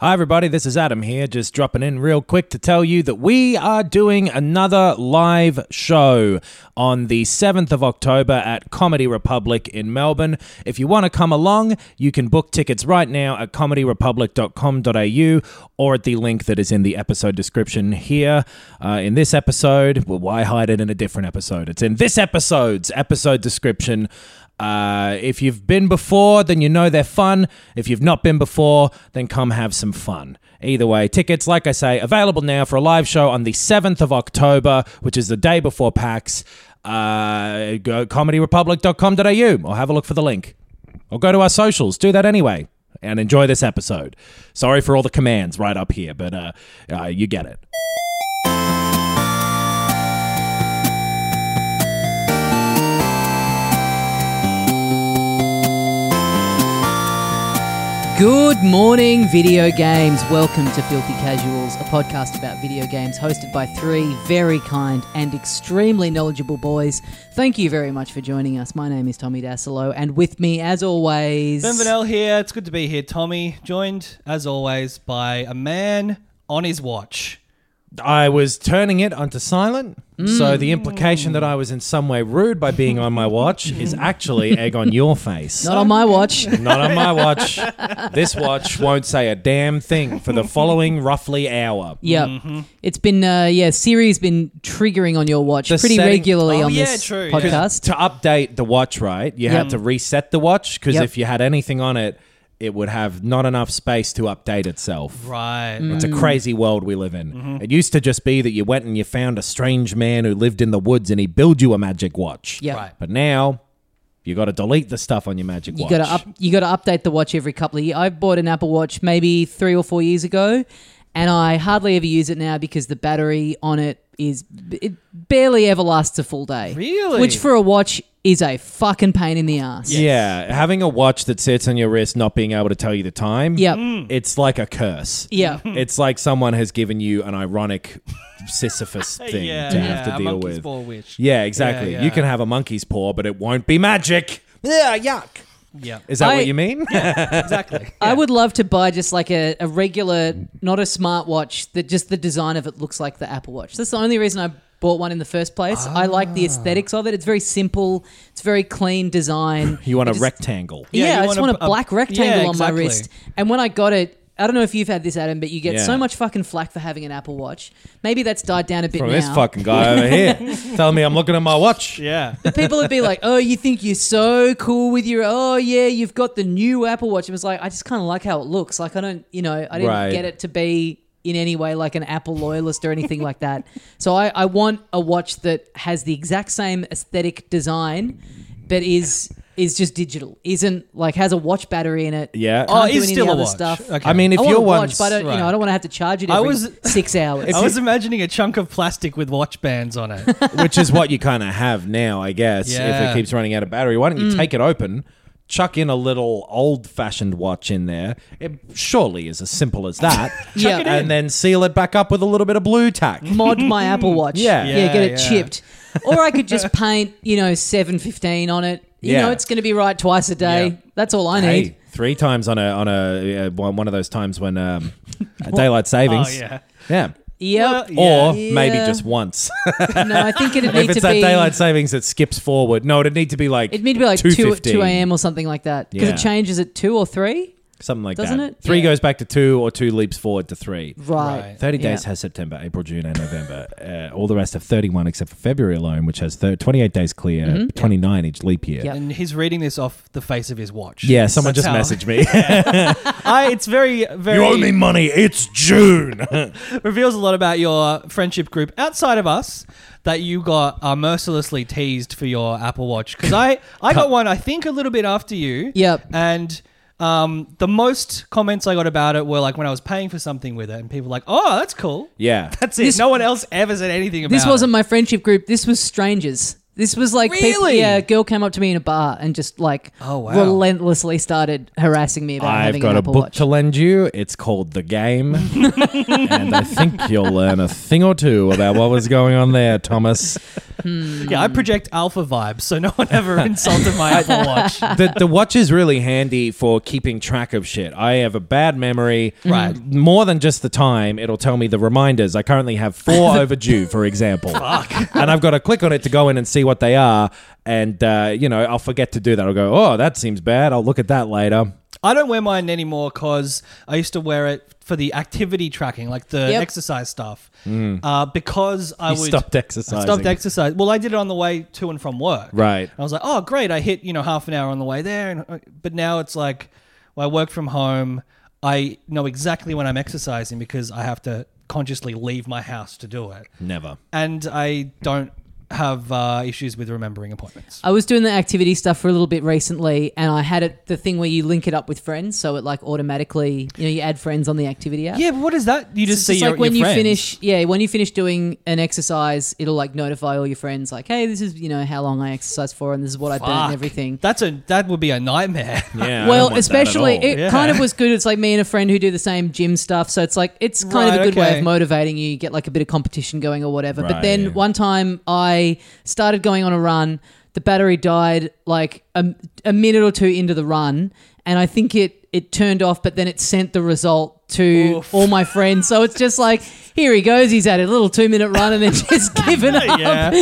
Hi, everybody. This is Adam here, just dropping in real quick to tell you that we are doing another live show on the 7th of October at Comedy Republic in Melbourne. If you want to come along, you can book tickets right now at comedyrepublic.com.au or at the link that is in the episode description here. Uh, in this episode, well, why hide it in a different episode? It's in this episode's episode description. Uh, if you've been before, then you know they're fun. If you've not been before, then come have some fun. Either way, tickets, like I say, available now for a live show on the 7th of October, which is the day before PAX. Uh, go comedyrepublic.com.au or have a look for the link. Or go to our socials. Do that anyway and enjoy this episode. Sorry for all the commands right up here, but uh, uh, you get it. Good morning, video games. Welcome to Filthy Casuals, a podcast about video games hosted by three very kind and extremely knowledgeable boys. Thank you very much for joining us. My name is Tommy Dasilo, and with me, as always, Ben Vanel here. It's good to be here, Tommy. Joined as always by a man on his watch. I was turning it onto silent, so Mm. the implication that I was in some way rude by being on my watch is actually egg on your face. not on my watch. Not on my watch. This watch won't say a damn thing for the following roughly hour. Yep, Mm-hmm. it's been uh, yeah. Siri's been triggering on your watch The pretty setting- regularly Oh, on yeah, this true, yeah. podcast. To update the watch, right, you had Yep. to reset the watch because Yep. if you had anything on it, it would have not enough space to update itself. Right. Mm. It's a crazy world we live in. Mm-hmm. It used to just be that you went and you found a strange man who lived in the woods and he built you a magic watch. Yep. Right. But now you got to delete the stuff on your magic You watch. gotta up. You gotta update the watch every couple of years. I bought an Apple Watch maybe three or four years ago, and I hardly ever use it now because the battery on it is it barely ever lasts a full day. Really? Which for a watch is a fucking pain in the ass. Yeah, having a watch that sits on your wrist not being able to tell you the time. Yep. Mm. It's like a curse. Yeah. Hmm. It's like someone has given you an ironic Sisyphus thing yeah, to yeah, have to a deal monkey's with. ball wish. Yeah, exactly. Yeah, You yeah. can have a monkey's paw, but it won't be magic. Yeah, yuck. Yeah. Is that I- what you mean? Exactly. I would love to buy just like a, a regular, not a smartwatch, that just the design of it looks like the Apple Watch. That's the only reason I bought one in the first place. I like Ah. the aesthetics of it. It's very simple, it's very clean design. you want It a just- rectangle. Yeah, Yeah, you I just want want a- a, uh, black a- rectangle yeah, on my exactly. wrist. And when I got it, I don't know if you've had this, Adam, but you get Yeah. so much fucking flack for having an Apple Watch. Maybe that's died down a bit From now. this fucking guy over here telling me I'm looking at my watch. yeah. People would be like, "Oh, you think you're so cool with your oh yeah, you've got the new Apple Watch." It was like, I just kind of like how it looks. Like I don't, you know, I didn't Right. get it to be in any way like an Apple loyalist or anything like that. So I, I want a watch that has the exact same aesthetic design, but is is just digital. Isn't like has a watch battery in it. Yeah. can't Oh, do is any still a other watch. stuff. Okay. I mean, if I want you're a one, watch, but I don't, you know, right. I don't want to have to charge it every I was- six hours. I was imagining a chunk of plastic with watch bands on it. Oh, which is what you kind of have now, I guess. If Yeah. it keeps running out of battery, why don't you Mm. take it open, chuck in a little old-fashioned watch in there? It surely is as simple as that. Yeah. it in. and then seal it back up with a little bit of blue tack. mod my Apple Watch. Yeah. yeah, Yeah, get it yeah. chipped, or I could just paint, you know, seven fifteen on it. You Yeah. know, it's going to be right twice a day. Yeah. That's all I need. Hey, three times on a on a uh, one one of those times when um, daylight savings. Oh, yeah. Yeah. Yep. Or maybe Yeah. just once. no, I think it'd need if it's to that be daylight savings that skips forward, no, it'd need to be like It'd need to be like two 2:15, two a.m. or something like that because Yeah. it changes at two or three, something like doesn't that. it? Three Yeah. goes back to two, or two leaps forward to three. right? 30 Yeah. days has September, April, June, and November. Uh, all the rest have 31 except for February alone, which has thir 28 days clear, 29 each leap year. Mm-hmm. Yep. and he's reading this off the face of his watch. Yeah, someone That's just how- messaged me. I, it's very, very. you owe me money. It's June. reveals a lot about your friendship group outside of us that you got uh, mercilessly teased for your Apple Watch because I I got one I think a little bit after you. Yep. And Um, the most comments I got about it were like when I was paying for something with it, and people were like, "Oh, that's cool." Yeah. that's it. This- no one else ever said anything about. This wasn't It. my friendship group. This was strangers. This was like people, Really? yeah, a girl came up to me in a bar and just like Oh, wow. relentlessly started harassing me about I've having got an a Apple book Watch. to lend you. It's called The Game. and I think you'll learn a thing or two about what was going on there, Thomas. Yeah, I project alpha vibes, so no one ever insulted my Apple Watch. The, the watch is really handy for keeping track of shit. I have a bad memory. Right. More than just the time, it'll tell me the reminders. I currently have four overdue, for example. Fuck. And I've got to click on it to go in and see what they are. And, uh, you know, I'll forget to do that. I'll go, oh, that seems bad. I'll look at that later. I don't wear mine anymore because I used to wear it for the activity tracking, like the Yep. exercise stuff. Uh, because I Mm. You would stopped I exercising. stopped exercise. Well, I did it on the way to and from work. Right. I was like, oh great, I hit you know half an hour on the way there, and uh, but now it's like, well, I work from home. I know exactly when I'm exercising because I have to consciously leave my house to do it, Never. and I don't have uh, issues with remembering appointments. I was doing the activity stuff for a little bit recently, and I had it the thing where you link it up with friends, so it like automatically, you know, you add friends on the activity app. Yeah, but what is that? You just it's see just your, like when your you friends. finish, yeah, when you finish doing an exercise, it'll like notify all your friends, like, hey, this is you know how long I exercise for, and this is what I burn Fuck. and everything. That's a that would be a nightmare. Yeah. I don't want well, that at especially all. it Yeah. kind of was good. It's like me and a friend who do the same gym stuff, so it's like it's kind of Right, a good way okay. of motivating you. You get like a bit of competition going or whatever. Right, but then yeah. one time I started going on a run. The battery died like a, a minute or two into the run, and I think it it turned off. But then it sent the result to all my friends. So it's just like here he goes. He's had a little two minute run and then just given up. yeah.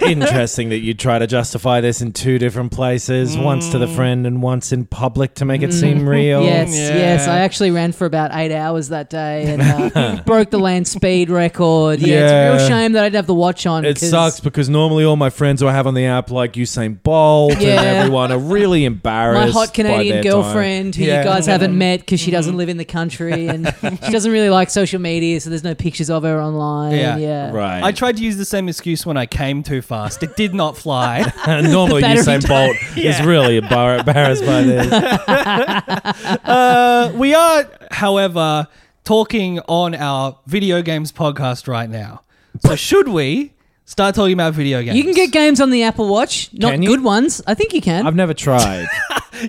Interesting that you try to justify this in two different places, once to the friend and once in public to make it seem real. Mm. Yes, Yeah. yes. I actually ran for about eight hours that day and uh, broke the land speed record. Yeah, it's a Yeah. real shame that I didn't have the watch on. It 'cause- sucks because normally all my friends who I have on the app, like Usain Bolt Yeah. and everyone, are really embarrassed. My hot Canadian by their time. girlfriend, who Yeah. you guys haven't met because she doesn't live in the country and she doesn't really like social media, so there's no pictures of her online. Yeah. Yeah, Right. I tried to use the same excuse when I came too fast. It did not fly. normally The battery Usain Bolt is really embar- embarrassed by this. uh, we are, however, talking on our video games podcast right now. So should we start talking about video games? You can get games on the Apple Watch, not Can you? good ones. I think you can. I've never tried.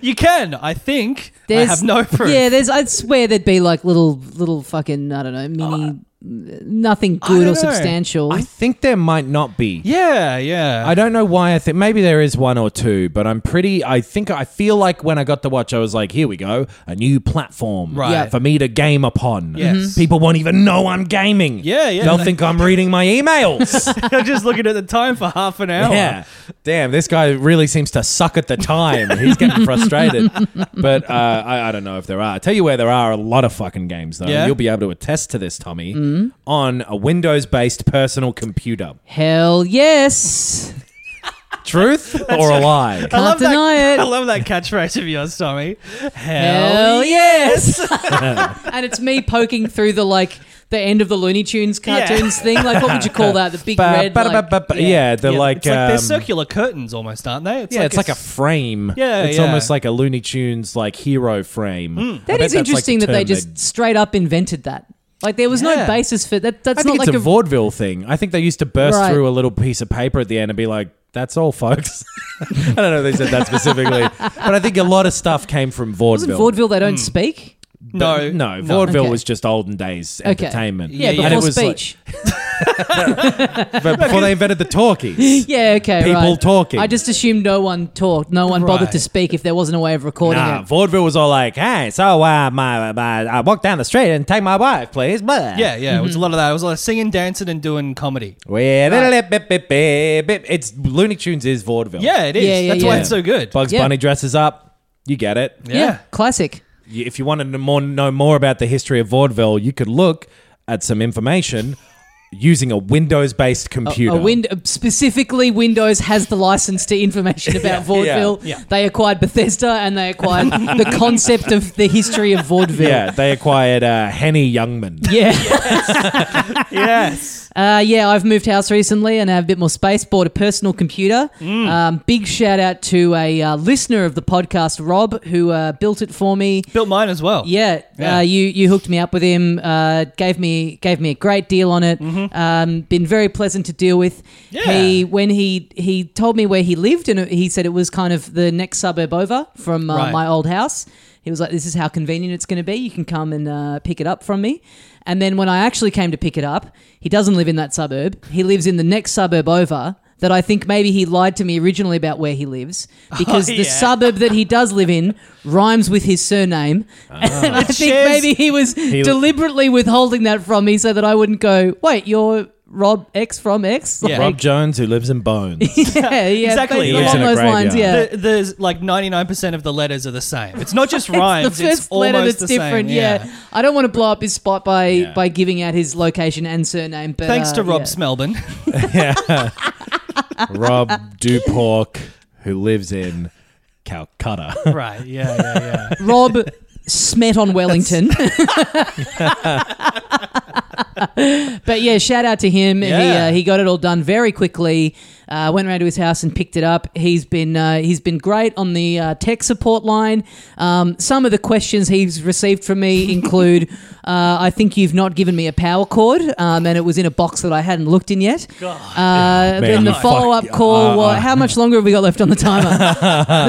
You can. I think. I have no proof. Yeah, there's. I swear there'd be like little, little fucking, I don't know, mini, Uh, nothing don't good know. or substantial. I think there might not be. Yeah. Yeah. I don't know why I think maybe there is one or two, but I'm pretty. I think I feel like when I got the watch, I was like, "Here we go, a new platform Right. Yeah. for me to game upon." Yes. Mhm. people won't even know I'm gaming. Yeah, yeah. They'll think I'm reading my emails. I'm just looking at the time for half an hour. yeah, damn, this guy really seems to suck at the time. He's getting frustrated. But uh, I, I don't know if there are. I tell you where there are a lot of fucking games though. Yeah? Mm. You'll be able to attest to this, Tommy, on a Windows-based personal computer. Hell yes. Truth or a lie? I Can't love deny that, it. I love that catchphrase of yours, Tommy. Hell. Hell yes. and it's me poking through the like the end of the Looney Tunes cartoons thing. Like what would you call that? The big Ba- red. ba- like- ba- ba- yeah, they're Yeah, like, it's like they're um, circular curtains almost, aren't they? yeah, it's like a s- frame. Yeah, it's yeah. Mm. almost like a Looney Tunes like hero frame. I bet That is that's, like, interesting the that they term just they'd- straight up invented that. Like there was Yeah. no basis for that. That's I think not it's like a vaudeville thing. I think they used to burst Right. through a little piece of paper at the end and be like, "That's all, folks." I don't know if they said that specifically, but I think a lot of stuff came from vaudeville. wasn't vaudeville. They Hmm. don't speak. no, no, vaudeville Okay. was just olden days Okay. entertainment. Yeah, Yeah, before yeah. And it was like- speech. but before they invented the talkies. yeah, okay. people right. talking. I just assumed no one talked. No one bothered Right. to speak if there wasn't a way of recording Nah, it. vaudeville was all like, "Hey, so uh, my, my I walk down the street and take my wife, please." Blah. Yeah, yeah. It was a lot of that. It was a lot of singing, dancing, and doing comedy. Well, bip, bip, bip, bip. it's Looney Tunes is vaudeville. Yeah, it is. Yeah, yeah, That's why yeah. it's so good. Bugs Yeah. Bunny dresses up. You get it. yeah. classic. You- If you want to know more, know more about the history of vaudeville, you could look at some information using a Windows based computer. A win- specifically, Windows has the license to information about vaudeville. yeah, yeah. They acquired Bethesda and they acquired the concept of the history of vaudeville. yeah, they acquired uh, Henny Youngman. Yeah. yes. Uh, yeah, I've moved house recently and have a bit more space, bought a personal computer. Mm. Um, big shout out to a uh, listener of the podcast, Rob, who uh, built it for me. Built mine as well. Yeah, Uh, Yeah. you you hooked me up with him. Uh, gave me gave me a great deal on it. Um, been very pleasant to deal with. Mm-hmm. Yeah. He when he he told me where he lived and he said it was kind of the next suburb over from uh, Right. my old house. He was like, "This is how convenient it's going to be. You can come and uh, pick it up from me." And then when I actually came to pick it up, he doesn't live in that suburb. He lives in the next suburb over. That I think maybe he lied to me originally about where he lives because the Oh, yeah. suburb that he does live in rhymes with his surname. And I think Ah. Cheers. maybe he was deliberately withholding that from me so that I wouldn't go, wait, you're Rob X from X? Yeah. Rob Jones, who lives in Bones. yeah, yeah, Exactly, things yeah. Lives Along in a those lines, graveyard. yeah. The, there's like 99% of the letters are the same. It's not just rhymes. the first it's letter almost that's the same, different, yeah. I don't want to blow up his spot by Yeah. by giving out his location and surname, but Thanks uh, to Rob yeah. Smelburne. Rob Dupork, who lives in Calcutta. right. Yeah. Yeah. Yeah. Rob Smet on Wellington. but yeah, shout out to him. Yeah. He, uh, he got it all done very quickly. Uh, went around to his house and picked it up. He's been uh, he's been great on the uh, tech support line. Um, some of the questions he's received from me include, uh, "I think you've not given me a power cord, um, and it was in a box that I hadn't looked in yet." Uh, Man, then the fuck. follow up call. Uh, wa- uh. how much longer have we got left on the timer?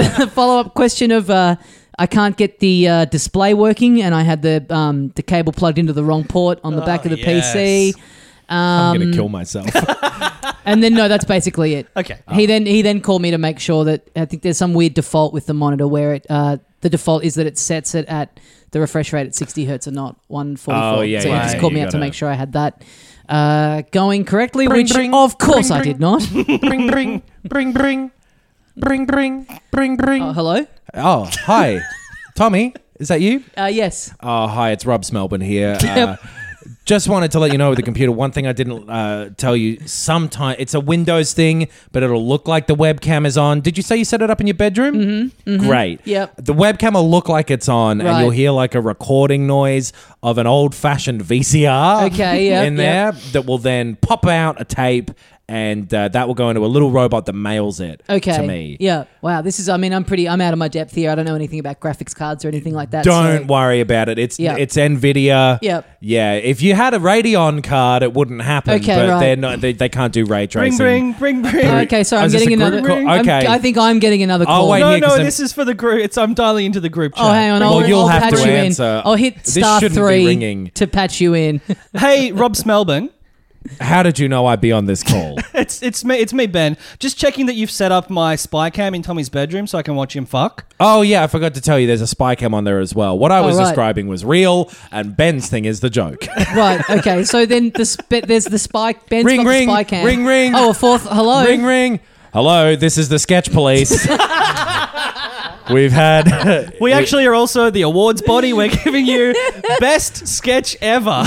the follow up question of uh, I can't get the uh, display working, and I had the um, the cable plugged into the wrong port on the back of Oh, the yes. PC. I'm going to Um, kill myself. And then no, that's basically it. Okay. He then he then called me to make sure that I think there's some weird default with the monitor where it uh, the default is that it sets it at the refresh rate at 60 hertz and not 144. Oh, yeah, so he yeah, just yeah, called me you out to gotta- make sure I had that uh, going correctly, Bring, which bring, of course bring, I bring. did not. bring, bring, bring, bring, bring, bring, bring, bring. oh, hello. oh, hi. Tommy, is that you? Uh, yes. Oh, hi, it's Rob Smelburne here. Uh, just wanted to let you know with the computer, one thing I didn't uh, tell you, sometime it's a Windows thing, but it'll look like the webcam is on. Did you say you set it up in your bedroom? Mm-hmm. Great. Yep. The webcam will look like it's on, and Right. you'll hear like a recording noise of an old fashioned VCR Okay, yep, in there that will then pop out a tape, and uh, that will go into a little robot that mails it Okay. to me. Yeah. Wow. This is. I mean, I'm pretty. I'm out of my depth here. I don't know anything about graphics cards or anything like that. Don't so- worry about it. It's Yep. it's Nvidia. Yep. Yeah. If you had a Radeon card, it wouldn't happen. Okay, but right. they're not. They, they can't do ray Bring, tracing. bring, bring, bring. Okay. Sorry. Oh, I'm is this getting a group another. call? I'm- Okay. i think I'm getting another Oh, call. wait. No, Yeah, 'cause no, I'm- this is for the group. It's I'm dialing into the group chat. Oh, hang on. Well, I'll, you'll I'll have patch to you answer. in. I'll hit This star shouldn't be three ringing. to patch you in. Hey, Rob Smelburne. How did you know I'd be on this call? It's it's me. It's me, Ben. Just checking that you've set up my spy cam in Tommy's bedroom so I can watch him fuck. oh yeah, I forgot to tell you. There's a spy cam on there as well. What I Oh, was right. describing was real, and Ben's thing is the joke. right. Okay. So then the sp- there's the spike. Ben's Ring, got ring, the spy cam. ring, ring. Oh, a fourth. Hello. ring ring. Hello, this is the sketch police. We've had We actually are also the awards body. We're giving you best sketch ever.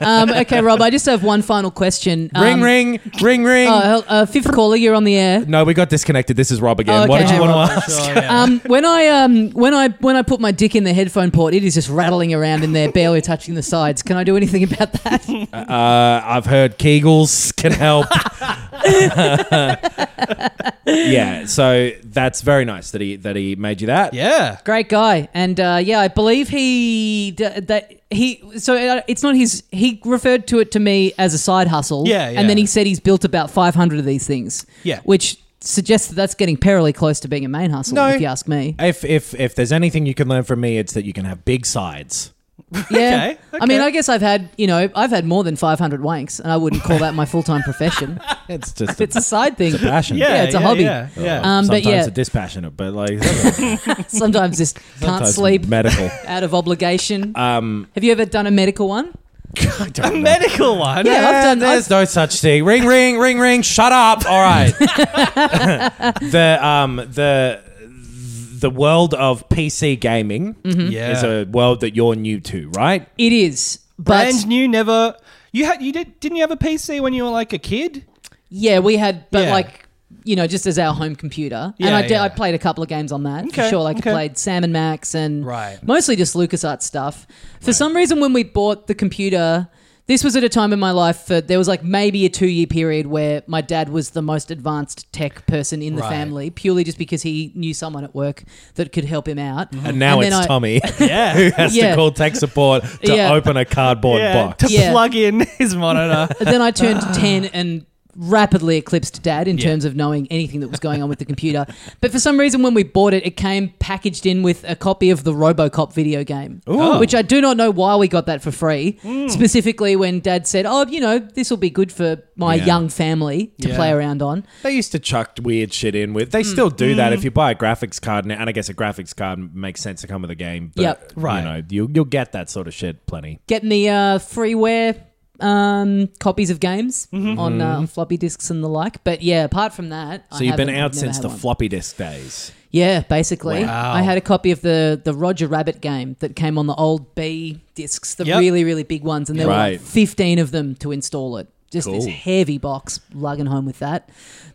Um, okay, Rob. I just have one final question. Um, ring ring ring ring. oh, hel- uh, fifth caller, you're on the air. no, we got disconnected. This is Rob again. Okay, what did hey, you want to Rob. ask? Sure, yeah. Um, when I um, when I when I put my dick in the headphone port, it is just rattling around in there, barely touching the sides. Can I do anything about that? Uh, I've heard Kegels can help. yeah, so that's very nice that he that he made you that. yeah. Great guy, and uh, yeah, I believe he d- that he. So uh, it's not his. He referred to it to me as a side hustle. Yeah, yeah. And then he said he's built about five hundred of these things. Yeah. which suggests that that's getting perilously close to being a main hustle, No. if you ask me. If if if there's anything you can learn from me, it's that you can have big sides. Yeah. Okay, I mean, okay. I guess I've had you know I've had more than five hundred wanks, and I wouldn't call that my full time profession. It's just It's a side thing. passion. Yeah. Yeah, it's a hobby. Yeah. yeah. Um, but Sometimes yeah. it's dispassionate, but like Sometimes just can't sometimes sleep. Medical. out of obligation. Um, Have you ever done a medical one? I don't know. Medical one. Yeah. I've done- there's no such thing. Ring, ring, ring, ring. Shut up. All right. the um the the world of PC gaming Mm-hmm. Yeah. is a world that you're new to, right? It is, but Brand new, never. You had you did didn't you have a PC when you were like a kid? Yeah, we had, but Yeah. like you know, just as our home computer, and Yeah, I, did, yeah. I played a couple of games on that for Okay, sure. Like okay. I played Sam and Max, and Right. mostly just LucasArts stuff. For some reason, when we bought the computer. This was at a time in my life for there was like maybe a two year period where my dad was the most advanced tech person in the Right. family, purely just because he knew someone at work that could help him out. Mm-hmm. And now then it's I- Tommy Yeah. who has Yeah. to call tech support to Yeah. open a cardboard box. to Yeah. plug in his monitor. But then I turned Ah. 10 and rapidly eclipsed dad in terms of knowing anything that was going on with the computer. But for some reason, when we bought it, it came packaged in with a copy of the Robocop video game, which I do not know why we got that for free. Hmm. Specifically, when dad said, Oh, you know, this will be good for my Yeah. young family to Yeah. play around on. They used to chuck weird shit in with. Mm. They still do that if you buy a graphics card, now, and I guess a graphics card makes sense to come with a game. But, Yep. Right. You know, you, you'll get that sort of shit plenty. Getting the uh, freeware. Um, copies of games on, uh, on floppy disks and the like, but yeah, apart from that, Mm-hmm. I So you've been haven't. I've out never since had the one. floppy disk days. Yeah, basically. I had a copy of the the Roger Rabbit game that came on the old B discs, the Yep. really really big ones, and there were like Right. 15 of them to install it. Just this Cool. heavy box lugging home with that.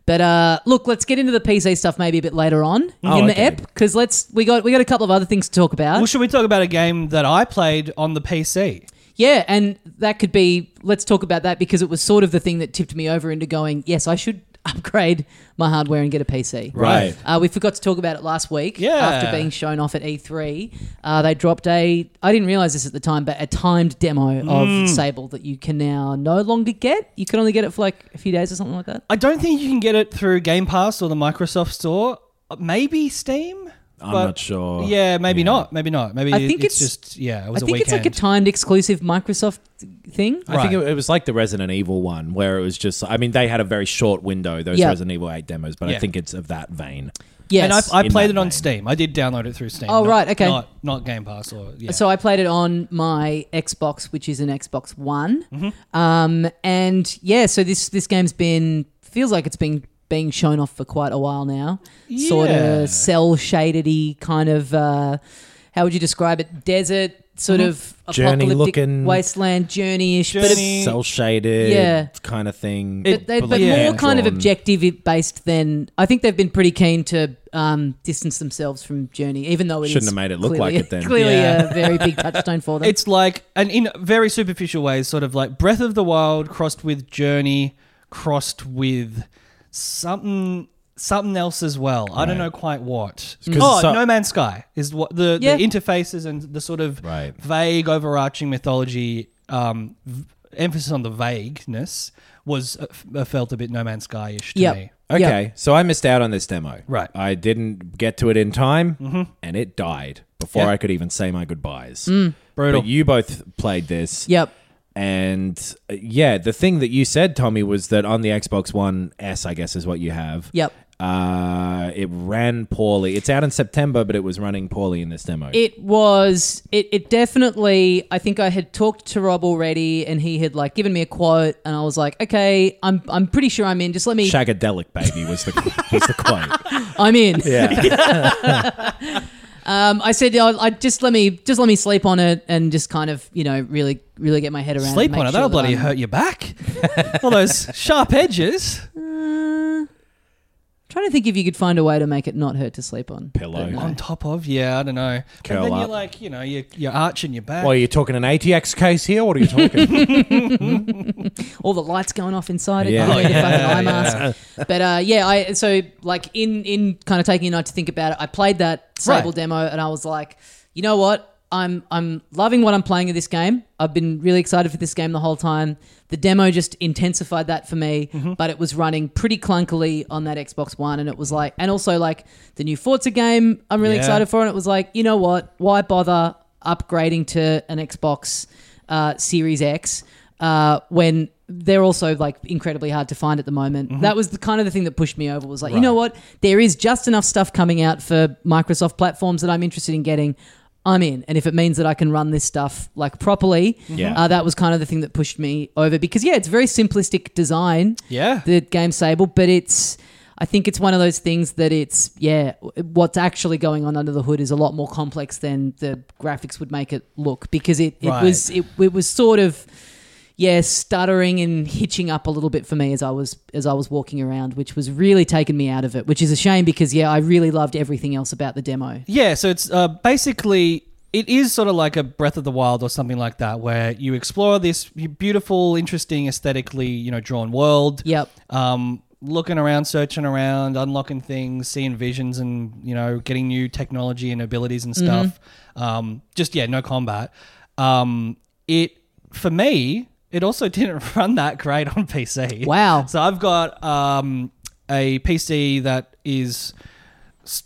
But uh, look, let's get into the PC stuff maybe a bit later on Oh, in the okay. ep because let's we got we got a couple of other things to talk about. well, should we talk about a game that I played on the PC? yeah, and that could be let's talk about that because it was sort of the thing that tipped me over into going yes, I should upgrade my hardware and get a PC. Right. Uh, we forgot to talk about it last week. Yeah. After being shown off at E3, uh, they dropped a. I didn't realize this at the time, but a timed demo Mm. of Sable that you can now no longer get. You could only get it for like a few days or something like that. I don't think you can get it through Game Pass or the Microsoft Store. Uh, Maybe Steam. I'm But- not sure. Yeah, maybe not. Maybe not. Maybe I it- think it's, it's- just yeah. It I was think a it's weekend. like a timed exclusive Microsoft thing. I think Right. it, it was like the Resident Evil one, where it was just. I mean, they had a very short window. Those Yeah. Resident Evil Eight demos, but I Yeah. think it's of that vein. And Yes. I, I In played that it on vein. Steam. I did download it through Steam. Oh, not- right, okay. Not, not Game Pass or yeah. So I played it on my Xbox, which is an Xbox One. Mm-hmm. Um, and yeah, so this this game's been feels like it's been being shown off for quite a while now. Sort Yeah. of cell shadedy kind of uh, how would you describe it? Desert sort Mm-hmm. of Journey apocalyptic looking- wasteland journey-ish, but Journey. it- Any- Cell shaded, Yeah. kind of thing. but, they, but, like yeah. more kind of hand-drawn. objective based than I think they've been pretty keen to um, distance themselves from Journey, even though it Shouldn't is have made it look clearly- like it then. Clearly, Yeah. a very big touchstone for them. It's like, and in very superficial ways, sort of like Breath of the Wild crossed with Journey, crossed with something something else as well. I don't know quite what. 'cause Oh, it's so- No Man's Sky is what the, Yeah. the interfaces and the sort of Right. vague overarching mythology um, v- emphasis on the vagueness was uh, f- uh, felt a bit No Man's Sky ish to Yep. me. Okay, so I missed out on this demo. Right. I didn't get to it in time, Mm-hmm. and it died before Yeah. I could even say my goodbyes. Mm. Brutal. But you both played this. Yep. And uh, yeah, the thing that you said, Tommy, was that on the Xbox One S, I guess, is what you have. Yep. Uh, it ran poorly. It's out in September, but it was running poorly in this demo. It was. It, it definitely. I think I had talked to Rob already, and he had like given me a quote, and I was like, okay, I'm I'm pretty sure I'm in. Just let me. Shagadelic baby was the was the quote. I'm in. Yeah. Um, I said, I, I just let me just let me sleep on it, and just kind of you know really really get my head around. and Sleep make on it. sure That'll that bloody I'm- hurt your back. All those sharp edges. Trying to think if you could find a way to make it not hurt to sleep on. Pillow. But no. on top of yeah i don't know Curl and then up. you're like you know you're, you're arching your back Well, you're talking an ATX case here. What are you talking? all the lights going off inside it. Yeah. Yeah. Oh, the fucking eye mask. But uh, yeah, I so like in in kind of taking a night to think about it, I played that Sable Right. demo and I was like, you know what? I'm I'm loving what I'm playing in this game. I've been really excited for this game the whole time. The demo just intensified that for me, but it was running pretty clunkily on that Xbox One, and it was like, and also like the new Forza game. I'm really Yeah. excited for, and it was like, you know what? Why bother upgrading to an Xbox uh, Series X uh, when they're also like incredibly hard to find at the moment? That was the kind of the thing that pushed me over. Was like, you know what? There is just enough stuff coming out for Microsoft platforms that I'm interested in getting. I'm in, and if it means that I can run this stuff like properly, Yeah. uh, that was kind of the thing that pushed me over because yeah, it's very simplistic design yeah the game Sable, but it's. I think it's one of those things that it's yeah. What's actually going on under the hood is a lot more complex than the graphics would make it look because it, it Right. was it, it was sort of yeah, stuttering and hitching up a little bit for me as I was as I was walking around, which was really taking me out of it, which is a shame because yeah, I really loved everything else about the demo. Yeah, so it's uh, basically it is sort of like a Breath of the Wild or something like that, where you explore this beautiful, interesting, aesthetically you know drawn world. Yep. Um, looking around, searching around, unlocking things, seeing visions, and you know getting new technology and abilities and stuff. Um, just yeah, no combat. Um, it for me, it also didn't run that great on PC. Wow. So I've got um, a PC that is,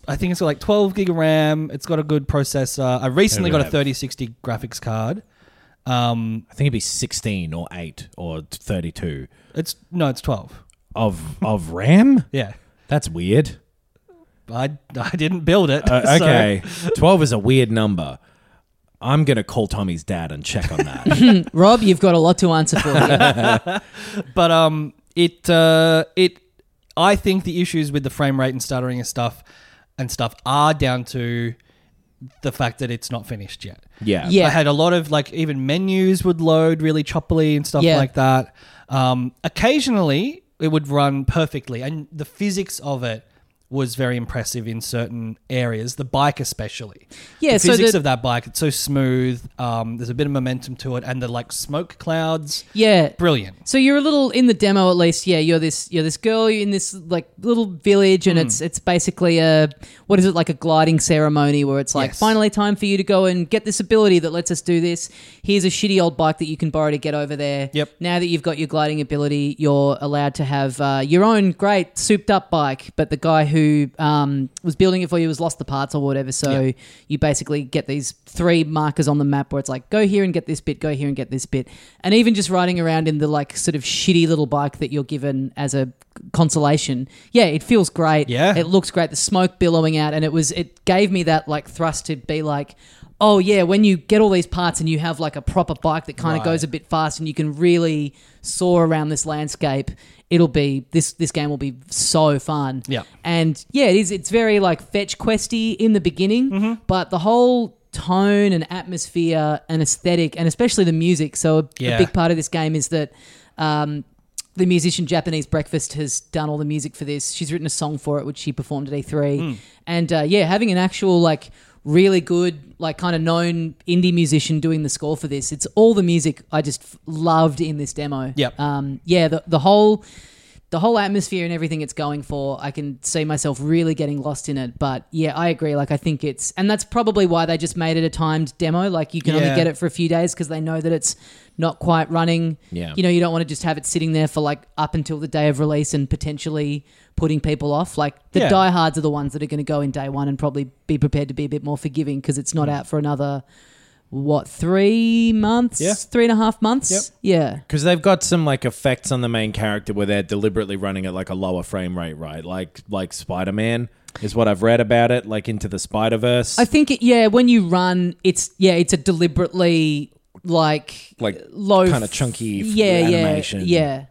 I think it's got like 12 gig of RAM. It's got a good processor. I recently got a RAM. 3060 graphics card. I think it'd be 16 or 8 or 32 It's no, it's 12. of of RAM. Yeah, That's weird. I I didn't build it. Uh, so- okay, 12 is a weird number. I'm gonna call Tommy's dad and check on that. Rob, you've got a lot to answer for. here. but um, it uh, it I think the issues with the frame rate and stuttering and stuff and stuff are down to the fact that it's not finished yet. yeah, Yeah. I had a lot of like even menus would load really choppily and stuff Yeah. like that. Um, occasionally it would run perfectly, and the physics of it was very impressive in certain areas. The bike especially, Yeah, The so physics the- of that bike it's so smooth. Um, there's a bit of momentum to it, and the like smoke clouds, Yeah. brilliant. So you're a little in the demo at least, yeah. You're this you're this girl you're in this like little village, Hmm. and it's it's basically a what is it like a gliding ceremony where it's like Yes. finally time for you to go and get this ability that lets us do this. Here's a shitty old bike that you can borrow to get over there. Yep. Now that you've got your gliding ability, you're allowed to have uh, your own great souped up bike, but the guy who um, was building it for you has lost the parts or whatever. So you basically get these three markers on the map where it's like, go here and get this bit, go here and get this bit. And even just riding around in the like sort of shitty little bike that you're given as a consolation, yeah, it feels great. Yeah. It looks great. The smoke billowing out, and it was it gave me that like thrust to be like, oh yeah, when you get all these parts and you have like a proper bike that kind of goes a bit fast and you can really soar around this landscape, it'll be this this game will be so fun. Yeah. and yeah, it is. It's very like fetch questy in the beginning, Mm-hmm. but the whole tone and atmosphere and aesthetic and especially the music. So a, a Yeah. big part of this game is that. Um, the musician Japanese Breakfast has done all the music for this. She's written a song for it, which she performed at E3. Hmm. And uh, yeah, having an actual like really good like kind of known indie musician doing the score for this, it's all the music I just f- loved in this demo. Yep. Um, yeah, the the whole the whole atmosphere and everything it's going for, I can see myself really getting lost in it. But yeah, I agree. Like I think it's, and that's probably why they just made it a timed demo. Like you can only Yeah. get it for a few days because they know that it's not quite running. Yeah. You know, you don't want to just have it sitting there for like up until the day of release and potentially putting people off. Like the Yeah. diehards are the ones that are going to go in day one and probably be prepared to be a bit more forgiving because it's not out for another what three months, Yeah. three and a half months. Yep. Yeah. because they've got some like effects on the main character where they're deliberately running at like a lower frame rate, right? Like like Spider Man is what I've read about it, like into the Spider Verse. I think it, yeah, when you run, it's yeah, it's a deliberately like Like, low kinda chunky f- yeah animation. yeah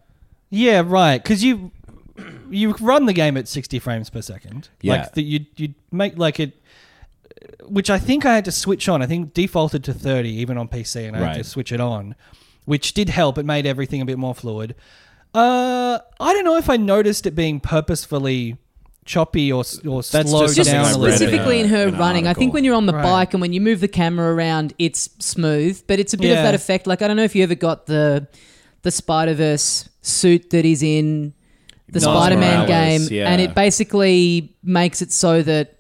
yeah Yeah, right. Because you you run the game at sixty frames per second. Yeah. Like the, you you make like it, which I think I had to switch on. I think defaulted to thirty even on PC, and I had Right. to switch it on, which did help. It made everything a bit more fluid. Uh, I don't know if I noticed it being purposefully choppy or s- or That's slowed just just down something a little bit. specifically in in, a- her uh, in an running. I think article. when you're on the Right. bike and when you move the camera around, it's smooth, but it's a bit of Yeah. that effect. Like I don't know if you ever got the the Spider Verse suit that is in the Miles Spider Man game, Morales, yeah. and it basically makes it so that.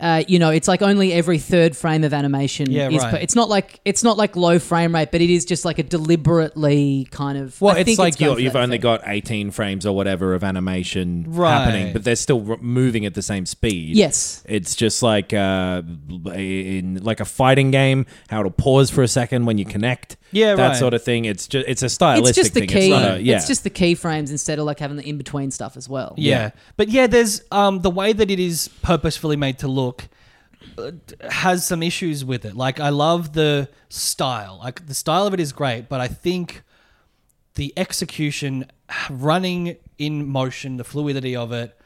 Uh, you know, it's like only every third frame of animation Yeah, is. right. per- it's not like it's not like low frame rate, but it is just like a deliberately kind of. Well, I it's think like going you're, for you've that only effect. got 18 frames or whatever of animation Right. happening, but they're still r- moving at the same speed. Yes. It's just like uh, in like a fighting game, how it'll pause for a second when you connect. Yeah, that right. sort of thing. It's just it's a stylistic It's just the thing. key. It's, not a, yeah. it's just the keyframes instead of like having the in between stuff as well. Yeah. But yeah, there's um, the way that it is purposefully made to look uh, d- has some issues with it. Like I love the style. Like the style of it is great, but I think the execution running in motion, the fluidity of it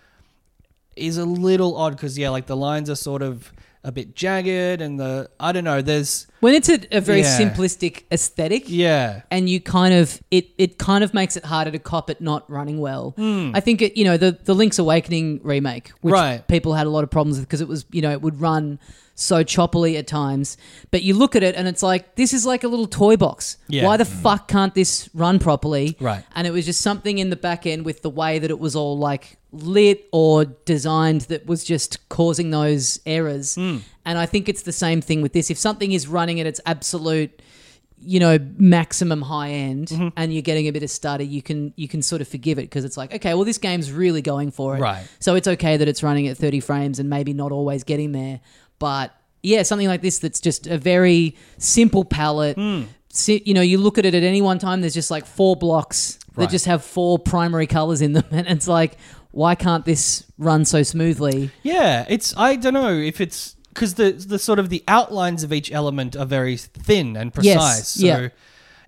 is a little odd cuz yeah, like the lines are sort of a bit jagged and the I don't know. There's When it's a, a very Yeah. simplistic aesthetic, yeah, and you kind of it it kind of makes it harder to cop it not running well. I think it you know the the Link's Awakening remake, which Hmm. Right. people had a lot of problems with because it was you know it would run so choppily at times. But you look at it and it's like this is like a little toy box. Yeah. Hmm. Why the fuck can't this run properly? Right. And it was just something in the back end with the way that it was all like lit or designed that was just causing those errors. Hmm. And I think it's the same thing with this. If something is running at its absolute you know maximum high end Mm-hmm. and you're getting a bit of stutter you can you can sort of forgive it because it's like okay well this game's really going for it Right. so it's okay that it's running at 30 frames and maybe not always getting there but yeah something like this that's just a very simple palette Hmm. Si- you know you look at it at any one time there's just like four blocks Right. that just have four primary colors in them and it's like why can't this run so smoothly yeah. It's I don't know if it's because the the sort of the outlines of each element are very thin and Yes, precise. So yeah.